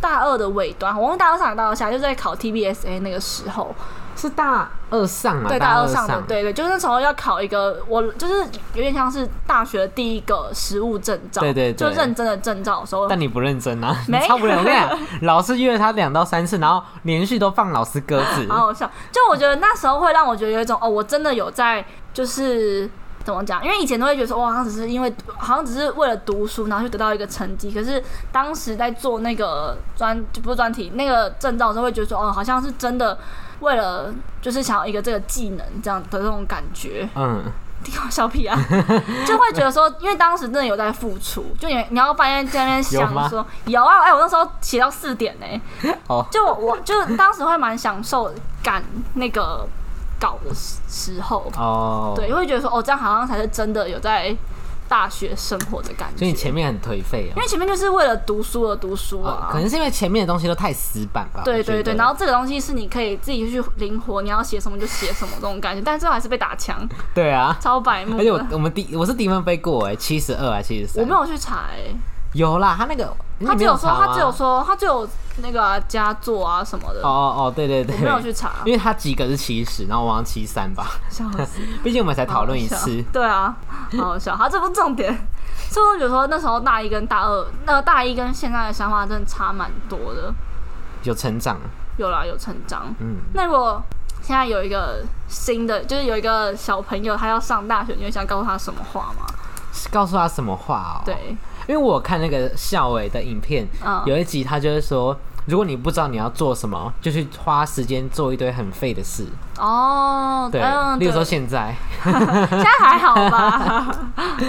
大二的尾端，我忘记大二上还是大二下，就是在考 TBSA 那个时候，是大二上啊，对，大大二上的上，，对对，就是那时候要考一个，我就是有点像是大学第一个实务证照，对对对就认真的证照的时候，但你不认真啊， 没你超不认真。我跟你讲， 老师约了他两到三次，然后连续都放老师鸽子， 好好笑。就我觉得那时候会让我觉得有一种哦，我真的有在，就是怎么讲？因为以前都会觉得说，哇，好像只是因为好像只是为了读书，然后去得到一个成绩。可是当时在做那个专，就不是专题那个证照的时候，会觉得说，哦，好像是真的为了就是想要一个这个技能这样的那种感觉。嗯，笑屁啊， 就会觉得说，因为当时真的有在付出，就你你要半夜在那边有吗想说，有啊，哎、我那时候写到四点呢、哦就我我就当时会蛮享受赶那个稿的时时候，哦，对，会觉得说，哦，这样好像才是真的有在大学生活的感觉。所以你前面很颓废啊因为前面就是为了读书而读书哦啊，，可能是因为前面的东西都太死板吧，对我觉对对，得然后这个东西是你可以自己去灵活，你要写什么就写什么这种感觉，但最后还是被打枪，对啊。超白目而的。且我我们低我是低分飞过哎，七十二还七十三？我没有去查、欸，有啦，他那个你他只没有说，查吗他只有说，他只有那个啊佳作啊什么的，哦哦哦，对对对，我没有去查，因为他及格是七十，然后我好像七三吧，笑死，毕竟我们才 讨论一次好好笑，对啊，好好笑，好，这不是重点。所以我觉得说那时候大一跟大二，那个大一跟现在的想法真的差蛮多的，有成长，有啦有成长。嗯，那如果现在有一个新的，就是有一个小朋友他要上大学，你会想告诉他什么话吗？告诉他什么话哦？，对，因为我看那个校委的影片，嗯，有一集他就是说，如果你不知道你要做什么，就去花时间做一堆很废的事，哦，对，嗯，例对如说现在， 现在还好吧，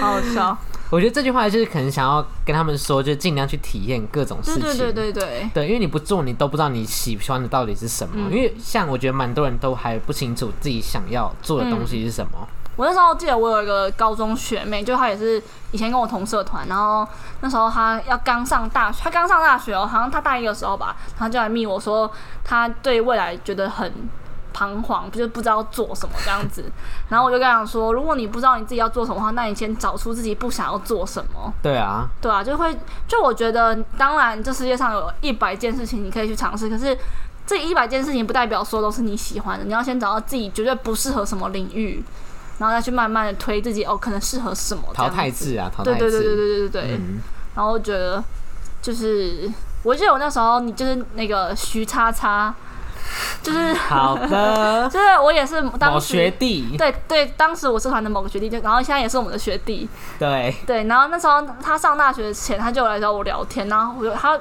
好好笑，我觉得这句话就是可能想要跟他们说，就尽量去体验各种事对情，对对对对，对，因为你不做，你都不知道你喜欢的到底是什么。嗯因为像我觉得蛮多人都还不清楚自己想要做的东西是什么。我那时候记得我有一个高中学妹，就她也是以前跟我同社团，然后那时候她要刚上大学，她刚上大学哦，好像她大一的时候吧，然后就来密我说她对未来觉得很彷徨，就是不知道做什么这样子。然后我就跟她讲说，如果你不知道你自己要做什么的话，那你先找出自己不想要做什么。对啊，对啊，就会就我觉得，当然这世界上有一百件事情你可以去尝试，可是这一百件事情不代表说都是你喜欢的，你要先找到自己绝对不适合什么领域，然后再去慢慢的推自己哦，可能适合什么淘汰。这样子制啊，淘汰制。对对对对对对对对。嗯，然后我觉得就是，我记得我那时候你就是那个徐叉叉，就是。好的就是我也是 当某学时。弟，对对，当时我社团的某个学弟就，然后现在也是我们的学弟，对，对，然后那时候他上大学前，他就有来找我聊天，然后我就他，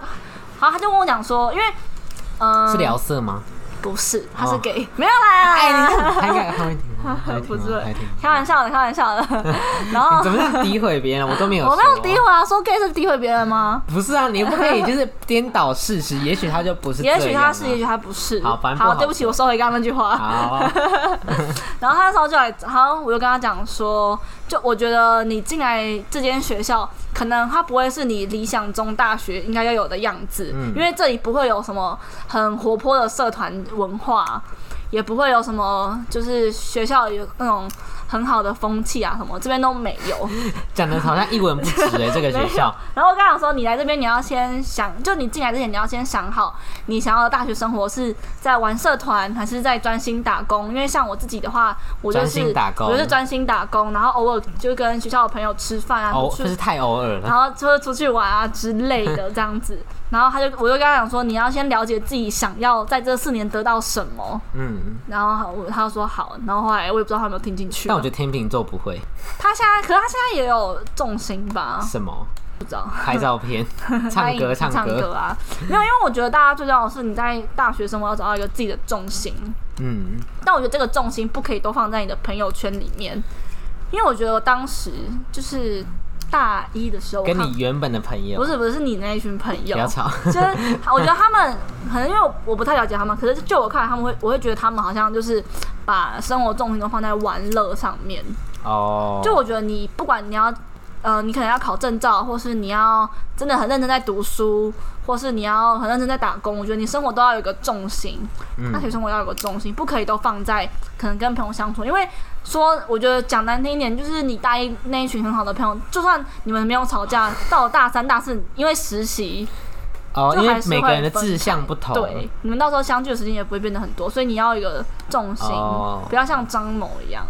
好，他就跟我讲说，因为，嗯、是聊色吗？不是，他是哦给、没有啦，哎，你看，他应该他会听 吗，他会不听是吗，他会听吗。开玩笑的，开玩笑 的。然后你怎么样诋毁别人？我都没有，我没有诋。毁啊，说 gay 是诋毁别人吗？不是啊，你不可以就是颠倒事实，也许他就不是这样也啊。许他是，也许他不是。好反正不好对不起，我收回刚刚那句话。好，啊然后他那时候就来，好像我就跟他讲说，就我觉得你进来这间学校，可能它不会是你理想中大学应该要有的样子，嗯因为这里不会有什么很活泼的社团文化，也不会有什么就是学校有那种很好的风气啊什么，这边都没有。讲的好像一文不值哎，这个学 校。然后我刚想说，你来这边你要先想，就你进来之前你要先想好，你想要的大学生活是在玩社团还是在专心打工？因为像我自己的话，我就专是心打工哦我就是专心打工，然后偶尔就跟学校的朋友吃饭啊，偶哦出就是太偶尔然了，后就出去玩啊之类的这样子。然后他就我就跟他讲说，你要先了解自己想要在这四年得到什么。嗯，嗯，然后我他就说好，然后后来我也不知道他有没有听进去。但我觉得得天秤座不会他现在，可是他现在也有重心吧？什么不知道。拍照片、哦唱 歌、唱唱歌，啊，没有，因为我觉得大家最重要的是你在大学生活要找到一个自己的重心，嗯，但我觉得这个重心不可以都放在你的朋友圈里面，因为我觉得我当时就是大一的时候，我跟看你原本的朋友不是不是是你那一群朋友不，要吵，就是我觉得他们可能因为我我不太了解他们，可是就我看来他们会，我会觉得他们好像就是把生活重心都放在玩乐上面， 哦，就我觉得你不管你要，呃，你可能要考证照，或是你要真的很认真在读书，或是你要呃很认真在打工，我觉得你生活都要有一个重心，大学嗯，生活要有个重心，不可以都放在可能跟朋友相处，因为说我觉得讲难听一点，就是你大一那一群很好的朋友，就算你们没有吵架，到了大三大四，因为实习，哦，就因为还是每个会人的分志向开不同，对，你们到时候相聚的时间也不会变得很多，所以你要有一个重心，哦不要像张某一样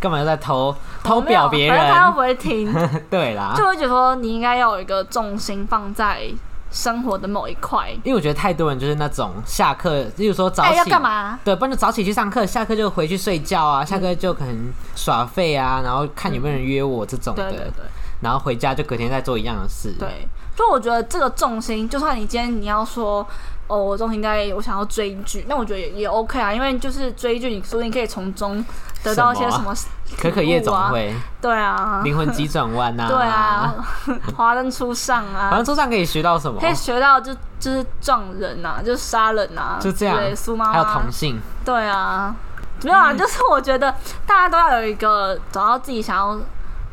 干嘛要在偷偷表别没有反正他又人？不会听。 对啦，就会觉得说你应该要有一个重心放在生活的某一块。因为我觉得太多人就是那种下课，例如说早哎、起要干嘛？嗯对，不然就早起去上课，下课就回去睡觉啊，下课就可能耍废啊，然后看有没有人约我这种对的，嗯对对然后回家就隔天再做一样的事。，对，就我觉得这个重心，就算你今天你要说。哦，我重心在我想要追剧，那我觉得也也 OK 啊，因为就是追剧，你说不定可以从中得到一些什什么，可可夜总会、对啊，灵魂急转弯呐， 对啊，，华灯初上好啊像，桌上可以学到什么可？以学到就就是撞人啊，就是杀人啊，就这样对，苏妈妈还有同性，对啊，没有啊，嗯就是我觉得大家都要有一个找到自己想要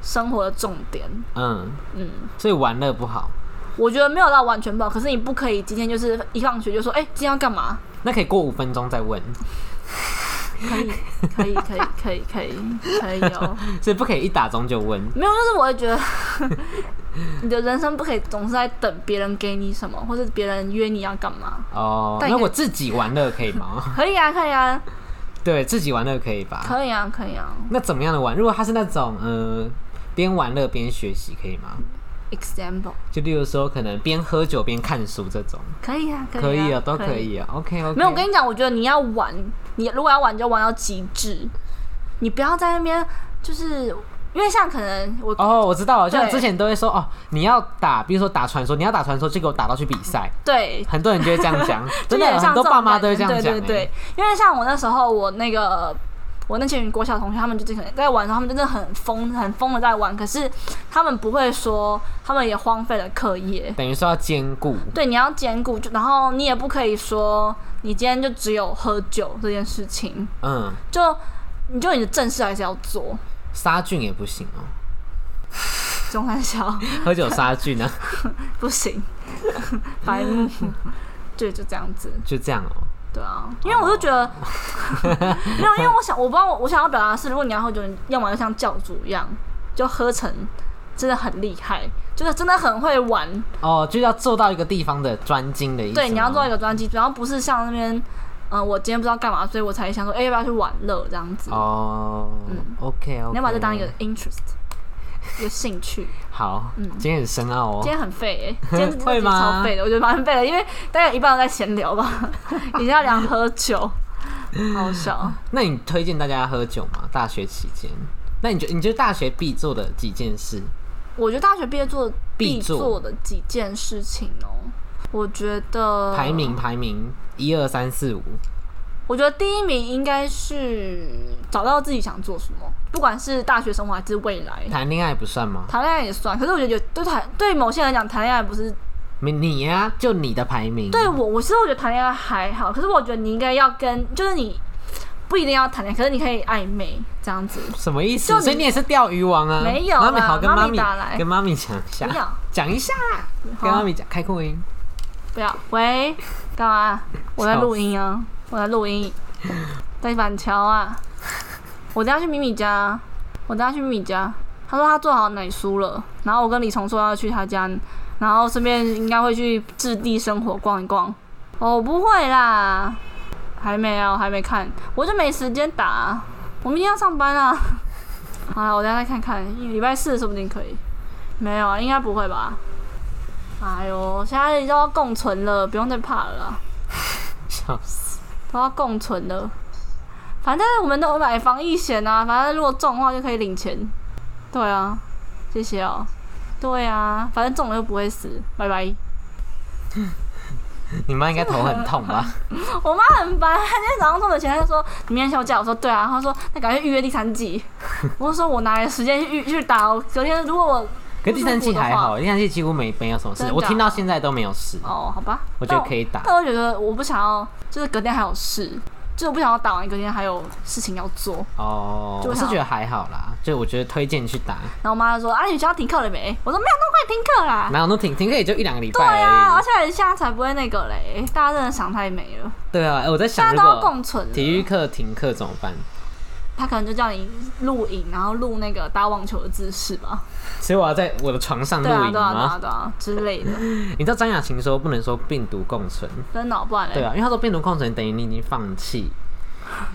生活的重点。嗯，嗯，所以玩乐不好。我觉得没有到完全不好，可是你不可以今天就是一放学就说，哎、今天要干嘛？那可以过五分钟再 问，可以，可以，可以，可以，可以，可以哦。所以不可以一打钟就问。没有，就是我会觉得 你的人生不可以总是在等别人给你什么，或者别人约你要干嘛。哦，但那应该我自己玩乐可以吗？ 可以啊，可以啊，对自己玩乐可以吧？可以啊，可以啊。那怎么样的玩？如果他是那种呃边玩乐边学习，可以吗？ Example，就例如说，可能边喝酒边看书这种，可以啊，可以、啊，可以啊，都可。以啊。OK OK。没有，我跟你讲，我觉得你要玩，你如果要玩就玩到极致，你不要在那边就是因为像可能我、哦，我知道了，像对之前都会说哦，你要打，比如说打传说，你要打传说，结果打到去比赛，对。很多人就会这样 讲，就真的有点很像多这种爸妈感都会这样觉讲、欸对对对，因为像我那时候，我那个我那群国小同学，他们就可能在玩的时候，他们真的很疯，很疯的在玩。可是他们不会说，他们也荒废了课业欸，。等于说要兼顾。对，你要兼顾，就然后你也不可以说你今天就只有喝酒这件事情，嗯，就你就你的正事还是要做，杀菌也不行哦，中山小。喝酒杀菌啊， 不行， 白目， 对，就这样子，就这样哦。对啊，因为我就觉得， 没有，因为我想，我不知道我我想要表达的是，如果你要喝酒，你要么就像教主一样，就喝成真的很厉害，就是真的很会玩，哦，就要做到一个地方的专精的意思吗。对，你要做一个专辑，然后不是像那边，嗯、我今天不知道干嘛，所以我才想说，哎、要不要去玩乐这样子，哦嗯，OK OK。你要把这当一个 interest，一个兴趣。好，嗯今天很深奥哦今。天很 废哎、欸，今天会这集吗超废的，我觉得蛮废的，因为大概有一半都在闲聊吧， 你要聊喝酒，好笑。那你推荐大家喝酒吗？大学期间，那你觉你觉得大学必做的几件事？我觉得大学毕业做必必做做的几件事情哦、我觉得排，名排名一二三四五，我觉得第一名应该是找到自己想做什么，不管是大学生活还是未来。谈恋爱不算吗？谈恋爱也算，可是我觉得有对谈对某些人来讲，谈恋爱嗯不是没你呀、就你的排名。对我，我其实我觉得谈恋爱还好，可是我觉得你应该要跟，就是你不一定要谈恋爱，可是你可以暧昧这样子。什么意就思？你所以你也是钓鱼王啊？没有啦妈咪好，跟妈咪妈咪打来跟妈咪讲一下不要，讲一下，好跟妈咪讲开扩音。不要，喂，干嘛？我在录音啊，我在录音，在板桥啊。我等下去米米家，我等下去米米家。他说他做好奶酥了，然后我跟李崇说要去他家，然后顺便应该会去置地生活逛一逛。哦，不会啦，还没啊，我还没看，我就没时间打啊、我明天要上班啊。 好了，我等下再看看，礼拜四说不定可以。没有啊，应该不会吧？哎呦，现在都要共存了，不用再怕了啦，笑死！都要共存了。反正我们都有买防疫险啊，反正如果中的话就可以领钱。对啊，谢谢哦。对啊，反正中了又不会死，拜拜。你妈应该头很痛吧？我妈很烦，她今天早上中了钱，她就说你明天休假，我说对啊，她说那赶快预约第 三季，我就说我哪来的时间去预去打？我昨天如果我可是第三季还好，第三季几乎没没有什么事真，的我听到假的现在都没有事，哦，好吧，我觉得但可以打。但我觉得我不想要，就是隔天还有事，就是我不想要打完隔天还有事情要做。哦，就我是好觉得还好啦，就我觉得推荐去打，然后我妈就说啊，你学校停课了没？我说没有，那么快停课啦。哪有那哎停停课也就一两个礼啊对拜啊，而而已。且现在才不会那个嘞，大家真的想太美了，对啊，哎我在大想家如都要果共存了体育课停课怎么办？他可能就叫你录影，然后录那个打网球的姿势吧。所以我要在我的床上录对啊，影对啊，对啊，吗？对啊之类的，你知道张雅琴说不能说病毒共存，真的哦不然嘞。对啊，因为她说病毒共存等于你已经放弃，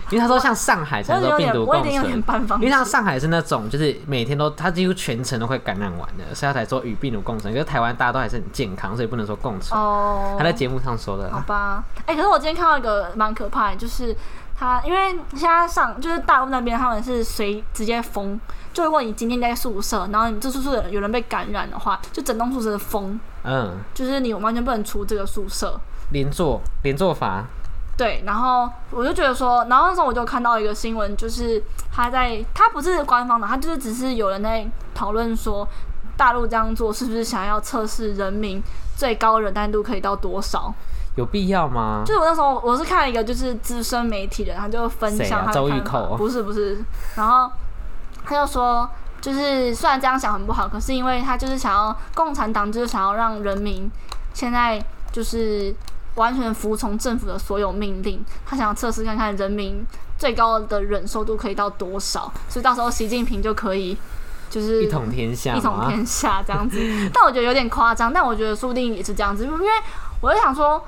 因为她说像上海才我已能经说病有毒点，我共已经有点存。半放因为弃。像上海是那种，就是每天都，她几乎全程都会感染完的，所以她才说与病毒共存。可是台湾大家都还是很健康，所以不能说共存。哦，她在节目上说的啦好吧，哎、可是我今天看到一个蛮可怕的，就是他，因为现在上就是大陆那边他们是随直接封，就如果你今天在宿舍，然后你这宿舍有人被感染的话，就整栋宿舍封，嗯，就是你完全不能出这个宿舍。连坐连坐法，对，然后我就觉得说，然后那时候我就看到一个新闻，就是他在他不是官方的，他就是只是有人在讨论说，大陆这样做是不是想要测试人民最高忍耐度可以到多少？有必要吗？就是我那时候我是看一个就是资深媒体人，他就分谁啊享他的周玉看法蔻不是不是，然后他就说，就是虽然这样想很不好，可是因为他就是想要共产党就是想要让人民现在就是完全服从政府的所有命令，他想要测试看看人民最高的忍受度可以到多少，所以到时候习近平就可以就是一统天下一统吗？天下这样啊子。 但我觉得有点夸张，但我觉得说不定也是这样子，因为我就想说，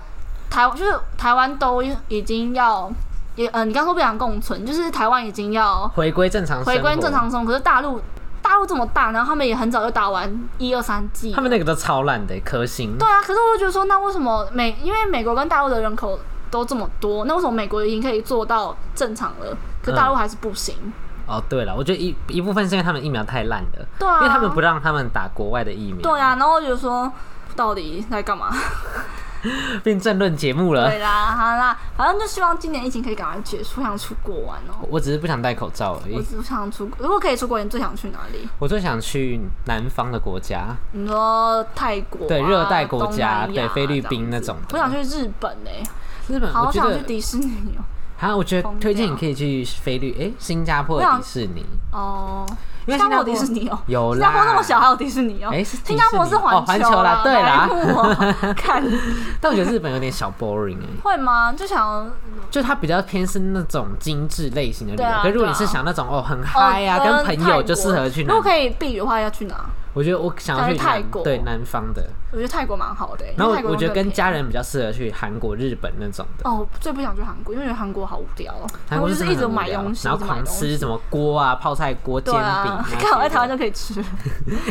台就是台湾都已经要也呃，你刚说不想共存，就是台湾已经要回归正常，回归正常。生活，可是大陆大陆这么大，然后他们也很早就打完一二三季，他们那个都超烂的，颗星。对啊，可是我就觉得说，那为什么美因为美国跟大陆的人口都这么多，那为什么美国已经可以做到正常了，可大陆还是不行？哦，对了，我觉得一一部分是因为他们疫苗太烂了，对啊，因为他们不让他们打国外的疫苗。对，啊，然后我就说，到底在干嘛？变政论节目了 对。啦，好啦，反正就希望今年疫情可以赶快结束，想出国玩哦、我只是不想戴口罩而我已。只想出国，如果可以出国，你最想去哪里？我最想去南方的国家，你说泰国啊、对热带国家东南亚对啊菲律宾这样子那种的我想去日本哎、日本。好我觉想去得，迪士尼嗯哦、啊，我觉得疯推荐掉你可以去菲律，哎，新加坡我的想迪士尼，哦、因为新新加加坡坡迪士尼哦、有新加啦。坡那么小，还有迪士尼哦、诶是迪士新尼加坡是哦环球啦啦，对啦白目哦 看但我觉得日本有点小 boring 哎。会吗？就想就它比较偏是那种精致类型的旅对游，啊可是如果对你啊是想那种哦很 嗨啊，哦跟朋友就泰国适合去如果南。可以避雨的话，要去哪？我觉得我想要去想去泰南国对南方的，我觉得泰国蛮好的、欸，因为然后泰我国我觉得更跟便宜家人比较适合去韩国、日本那种的。哦，我最不想去韩国，因为觉得韩国好无聊哦。韩国国就是是真一的直很无买聊东西，然一后直买狂东吃西什么锅啊、泡菜锅、煎对饼 啊啊，之类的。 看我在台湾就可以吃。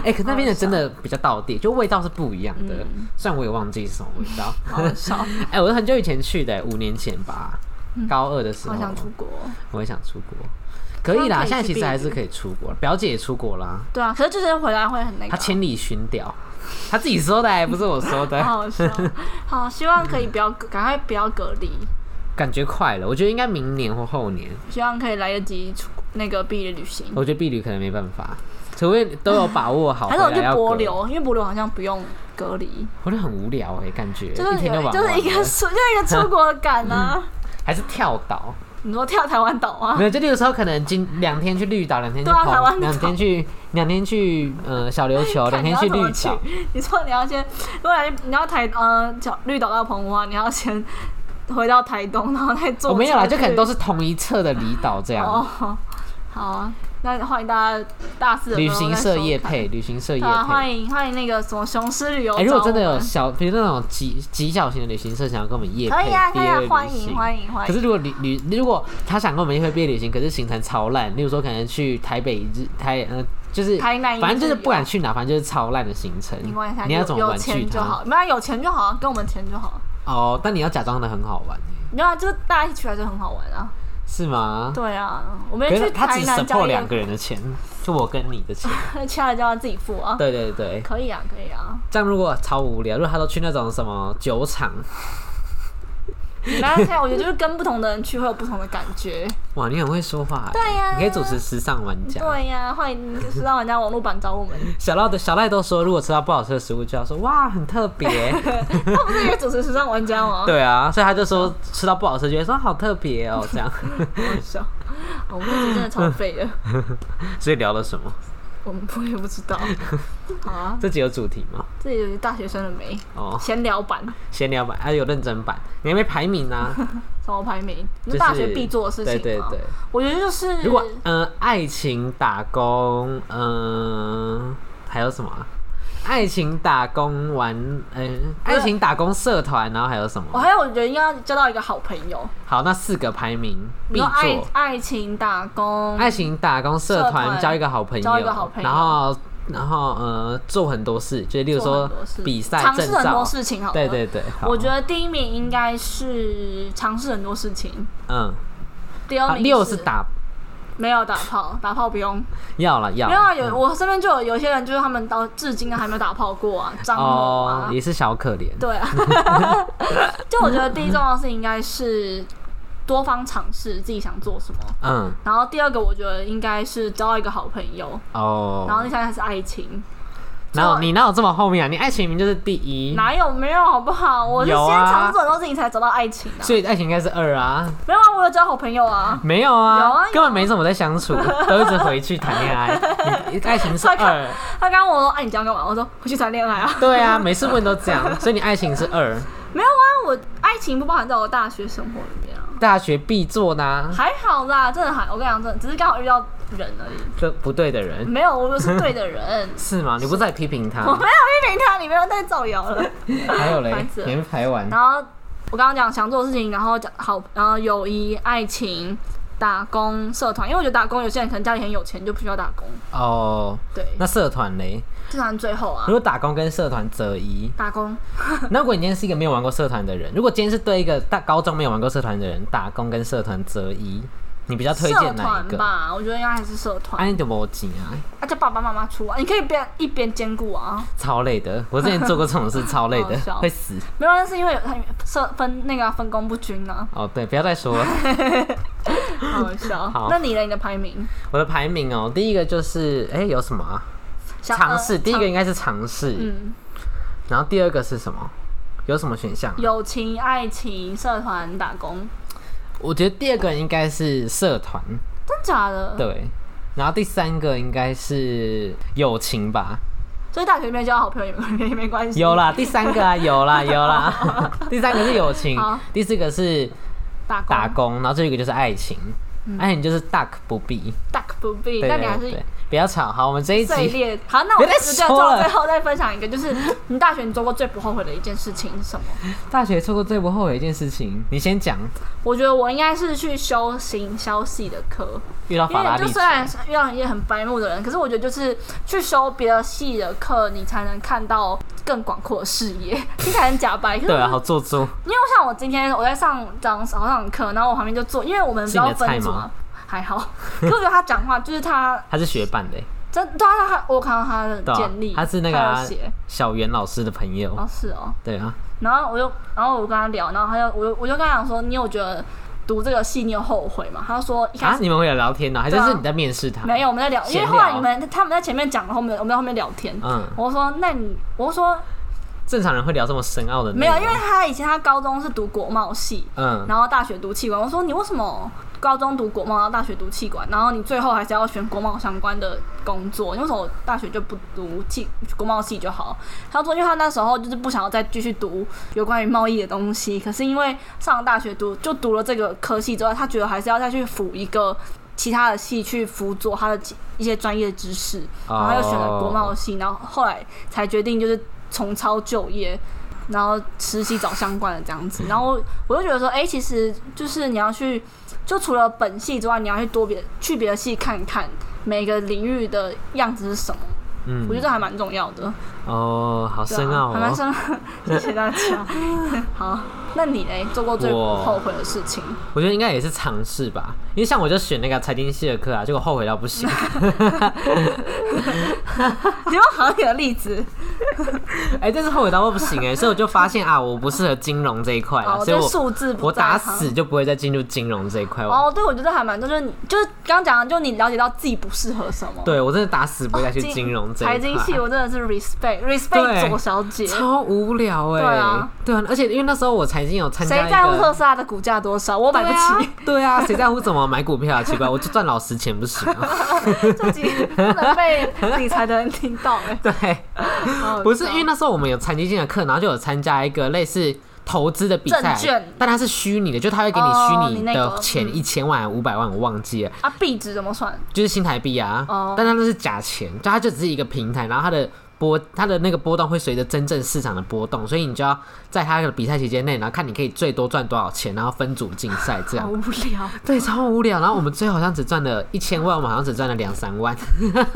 哎，可是那边的真的比较道地，就味道是不一样的嗯。虽然我也忘记是什么味道。 好少，哎，我是很久以前去的，五年前吧，高二的时候嗯好，想出国。哦我也想出国。可以啦，那可以去现在其避实还是雨可以出国，表姐也出国啦。对啊，可是就是回来会很那个他啊。千里寻屌，他自己说的、欸，不是我说 的。好好笑，好希望可以不要，赶快不要隔离，感觉快了，我觉得应该明年或后年，希望可以来得及出那个毕业旅行，我觉得避旅可能没办法，除非都有把握好。还是我回去来要博隔离，流，因为博流好像不用隔离，我觉得很无聊哎、感觉就是一天有玩就是一完个了出就是一个出国的感 啊。还是跳岛，你说跳台湾岛啊没？有，就例如说可能今两天去绿岛，两天去对啊澎台湾岛两天去两天去呃小琉 球，两看你天要去怎么绿去岛，。你说你要先，如果你你要台呃小绿岛到澎湖啊，你要先回到台东，然后再坐我、哦车去。没有啦，就可能都是同一侧的离岛这样。哦。好啊，那欢迎大家大四的时旅候行再社收业看。配，旅行社业哦对啊，配。欢迎欢迎那个什么雄狮旅游。哎、如果真的有，小，比如那种极极小型的旅行社想要跟我们夜可配以啊，可毕以业啊旅，欢行迎欢迎欢可迎。是如果旅旅，如果他想跟我们一块毕业旅行，可是行程超烂，例如说可能去台北一日台，呃，就是台南一日游反正就是不敢去哪，反正就是超烂的行程你问一下，。你要怎么有玩去钱就它？好，没有啊有钱就好，跟我们钱就好。哦，但你要假装的很好玩欸，没有啊，就是大家一起去还是很好玩啊。是吗？对啊，我们可是去他台只南教 support 练两，个人的钱，就我跟你的 钱。其他人叫他自己付啊。对对对，可以啊，可以啊。这样如果超无聊，如果他都去那种什么酒厂，然后现在我觉得就是跟不同的人去会有不同的感觉。哇，你很会说话欸、对呀你可以主持时尚玩家。对呀、欢迎就是让人家网络版找我们。 小赖的小赖都说，如果吃到不好吃的食物，就要说哇很特别。他不是一个主持时尚玩家吗？对啊，所以他就说吃到不好吃，就会说好特别哦这 样。好笑。哦我们这集真的超废的， 所以聊了什么？我们我也不知道。好啊，这集有主题吗？这里有大学生了没？哦，闲聊版，闲聊版还、啊、有认真版，你还没排名啊？什么排名？就 就是大学必做的事情对对吗对，我觉得就是，如果嗯、呃爱情打工，嗯、还有什么啊、爱情打工玩，嗯、爱情打工社团，然后还有什呃我么？还有我觉得应该要交到一个好朋友，好，那四个排名比必如说爱做。爱情打工，爱情打工社嗯社团团交一个好朋友，交一个好朋友然后然后呃做很多事，就例如做说很多事比赛尝证试很照多，事情好了。对对对，好我觉得第一名应该是尝试很多事情，嗯，第二好名六是打没有打炮，打炮不用。要了要没有啊，了，有嗯我身边就有有一些人，就是他们到至今还没有打炮过啊，张某哦啊，也是小可怜， 对啊。就我觉得第一重要的事应该是多方尝试自己想做什么，嗯然后第二个我觉得应该是交一个好朋友，然后哦，第三个是爱情，然后做你哪有这么后面啊？你爱情名就是第一，哪有没有好不好？我是有先啊尝试很多事情才找到爱情的、所以爱情应该是二啊，没有啊，我有交好朋友啊，没有有啊啊有，根本没怎么在相 处，都一直回去谈恋爱，你爱情是二， 他刚问我说：“哎、你这样干嘛？”我说：“回去谈恋爱啊。”对啊，每次问都这样，所以你爱情是二，没有啊，我爱情不包含在我大学生活里面啊，大学必做的啊，还好啦，真的还，我跟你讲，真的只是刚好遇到人而已，这不对的人。没有，我是对 的人，是吗？你不是在批评他我吗没有？批评他，你没有在造谣了。 还 有嘞烦死，了你没排完。然后我刚刚讲想做的事情，然后讲好，然后友谊、爱情、打工、社团，因为我觉得打工有些人可能家里很有钱就不需要打工，哦，对，那嗯社团嘞？这算最后啊如，果打工跟社团择 一，打工那如果你今天是一个没有玩过社团的人，如果今天是对一个大高中没有玩过社团的人，打工跟社团择一，你比较推社荐哪团一个？吧，我觉得应该还是社团，安德摩吉啊，啊，叫爸爸妈妈出啊，你可以边一边兼顾啊，超累的。我之前做过这种事，超累的 好好，笑会死。没有，那是因为有他社分那个啊分工不均啊。哦，对，不要再说 了。好笑。好那你呢？你的排名？我的排名哦，第一个就是，哎，有什么啊？想尝呃试，第一个应该是尝试，嗯，然后第二个是什么？有什么选项？友情、爱情、社团、打工，我觉得第二个应该是社团，真假的？。对，然后第三个应该是友情吧，所以大学里面交好朋友也没也没关系。有啦，第三 个啊，有啦，有啦， 第三个是友情好，第四个是打工，打工，然后最后一个就是爱情，爱情就是大可不必，大可不必。对嗯那你还对是对，不要吵，好，我们这一最集烈。好，那我别再们就说了最后再分享一个，就是 你大学你做过最不后悔的一件事情是什么？大学错过最不后悔的一件事情，你先讲，我觉得我应该是去修行消息的课，遇到因法拉为利就，虽然是遇到一些很白目的人，可是我觉得就是去修别的系的课，你才能看到更广阔的视野，听起来很假白，可是对我啊，好做作，因为像我今天我在上早上上课，然后我旁边就坐，因为我们比较是你分的组菜嘛吗，还好。可我觉得他讲话就是他他是学伴的欸，真，对啊，他我有看到他的对啊简历，他是那个他啊有写小袁老师的朋友，哦是哦，对啊，然后我就然后我跟他聊，然后他就我就我就跟他讲说，你有觉得读这个系你有后悔吗？他就说一开啊，始。你们会有聊天呢，还是对啊是你在面试他？没有，我们在聊，因为闲后来聊你们他们在前面讲，然后我们我们在后面聊天。嗯我就说那你，我就说正常人会聊这么深奥的内没容？有，因为他以前他高中是读国贸系，嗯，然后大学读气管。我说你为什么高中读国贸，然后大学读气管，然后你最后还是要选国贸相关的工作？你为什么大学就不读气国贸系就好？他说，因为他那时候就是不想要再继续读有关于贸易的东西，可是因为上了大学读就读了这个科系之后，他觉得还是要再去辅一个。其他的系去辅佐他的其一些专业知识，然后他又选了国贸系，然后后来才决定就是重操旧业，然后实习找相关的这样子。然后我就觉得说，哎、其实就是你要去，就除了本系之外，你要去多别去别的系看看每个领域的样子是什么，嗯我觉得这还蛮重要的。哦，好对深啊奥还蛮哦。 深奥。谢谢大家。 好，那你嘞，做过最我后悔的事情？我觉得应该也是尝试吧，因为像我就选那个财经系的课啊，结果后悔到不行。 你有好几个 例子，哎、但是后悔到不行哎、 所以我就发现啊，我不适合金融这一块哦啊，，所以对我数字不我在打行死就不会再进入金融这一块。哦，对，我觉得还蛮多，就是你就是刚刚讲的，就是你了解到自己不适合什么。对我真的打死不哦，会再去金融这一块。财经系，我真的是 respect 对 respect 左小姐。超无聊哎、对啊，对啊，而且因为那时候我财经有参加一谁个，在乎特斯拉的股价多少？我买不起，对啊，谁在乎怎么买股票啊？奇怪，我就赚老师钱不行 啊？这集不能被理财的人听到 哎、对，好好笑不是因为那时候我们有财经性的课，然后就有参加一个类似投资的比赛证券，但它是虚拟的，就它会给你哦虚你拟那个的钱嗯一千万、五百万，我忘记了，啊，币值怎么算？就是新台币啊哦，但它那是假钱，就它就只是一个平台，然后它的。波它的那个波动会随着真正市场的波动，所以你就要在它的比赛期间内，然后看你可以最多赚多少钱，然后分组竞赛这样好。无聊， 对，超无聊。然后我们最后好像只赚了一千万，我们好像只赚了两三万，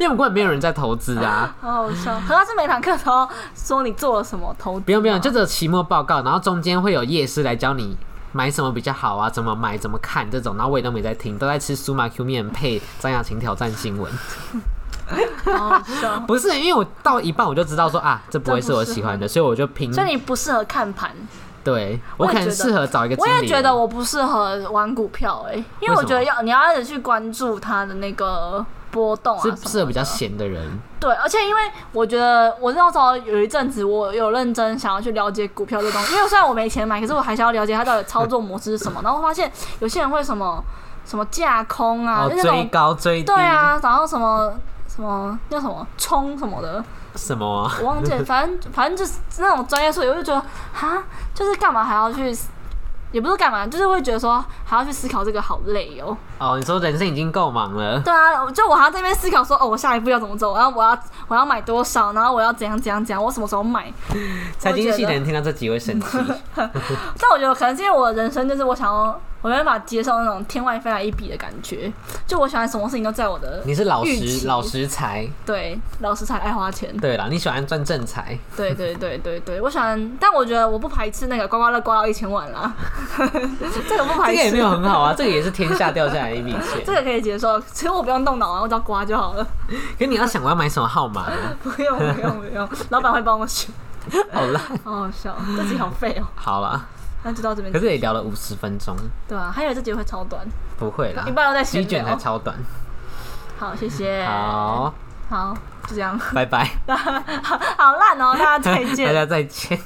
因为我们根本没有人在投资啊。好好笑。可是他是每堂课都要说你做了什么投资吗，不用不用，就只有期末报告，然后中间会有夜市来教你买什么比较好啊，怎么买怎么看这种。然后我也都没在听，都在吃苏麻 Q 面配张雅琴挑战新 闻。好好笑。不是，因为我到一半我就知道说啊，这不会是我喜欢的，所以我就拼。 所以你不适合看盘，嗯对我我也可能觉得适合找一个经我理人。也觉得我不适合玩股票哎、因为我觉得为要你要一直去关注它的那个波动啊什么是的，适合比较闲的人。对，而且因为我觉得我那时候有一阵子，我有认真想要去了解股票这东西，因为虽然我没钱买，可是我还想要了解它到底操作模式是什么。然后发现有些人会什么什么架空啊，哦就是，那追种高追低，对啊，然后什么什么那什么冲什么的，什么啊？我忘 记了，反正反正就是那种专业术语，我就觉得哈，就是干嘛还要去，也不是干嘛，就是会觉得说还要去思考这个好累哦。哦，你说人生已经够忙了。对啊，我就我还要在那边思考说，哦，我下一步要怎么走，然后我要我要买多少，然后我要怎样怎样怎样，我什么时候买？财经系的人听到这几位 生气。但我觉得可能是因为我的人生就是我想要，我没办法接受那种天外飞来一笔的感觉，就我喜欢什么事情都在我的你是老预期实老实财，对老师才爱花钱，对啦，你喜欢赚正财，对对对对对，我喜欢，但我觉得我不排斥那个刮刮乐刮到一千万啦， 这个不排这个也没。斥有很好啊，这个也是天下掉下来的一笔 钱。这个可以接受，其实我不用动脑啊，我只要刮就好了。 可是你要想我要买什么号码呢？不用不用不用，老板会帮我选。好啦， 好好笑，这集好废哦。好啦，那就到这边可。是也聊了五十分钟，对啊，还以为这集会超短，不会啦一，半都在几闲卷才聊。超 短。哦好，谢谢。，好，好，就这样。 拜拜，好烂哦，大家再见 大。家再见。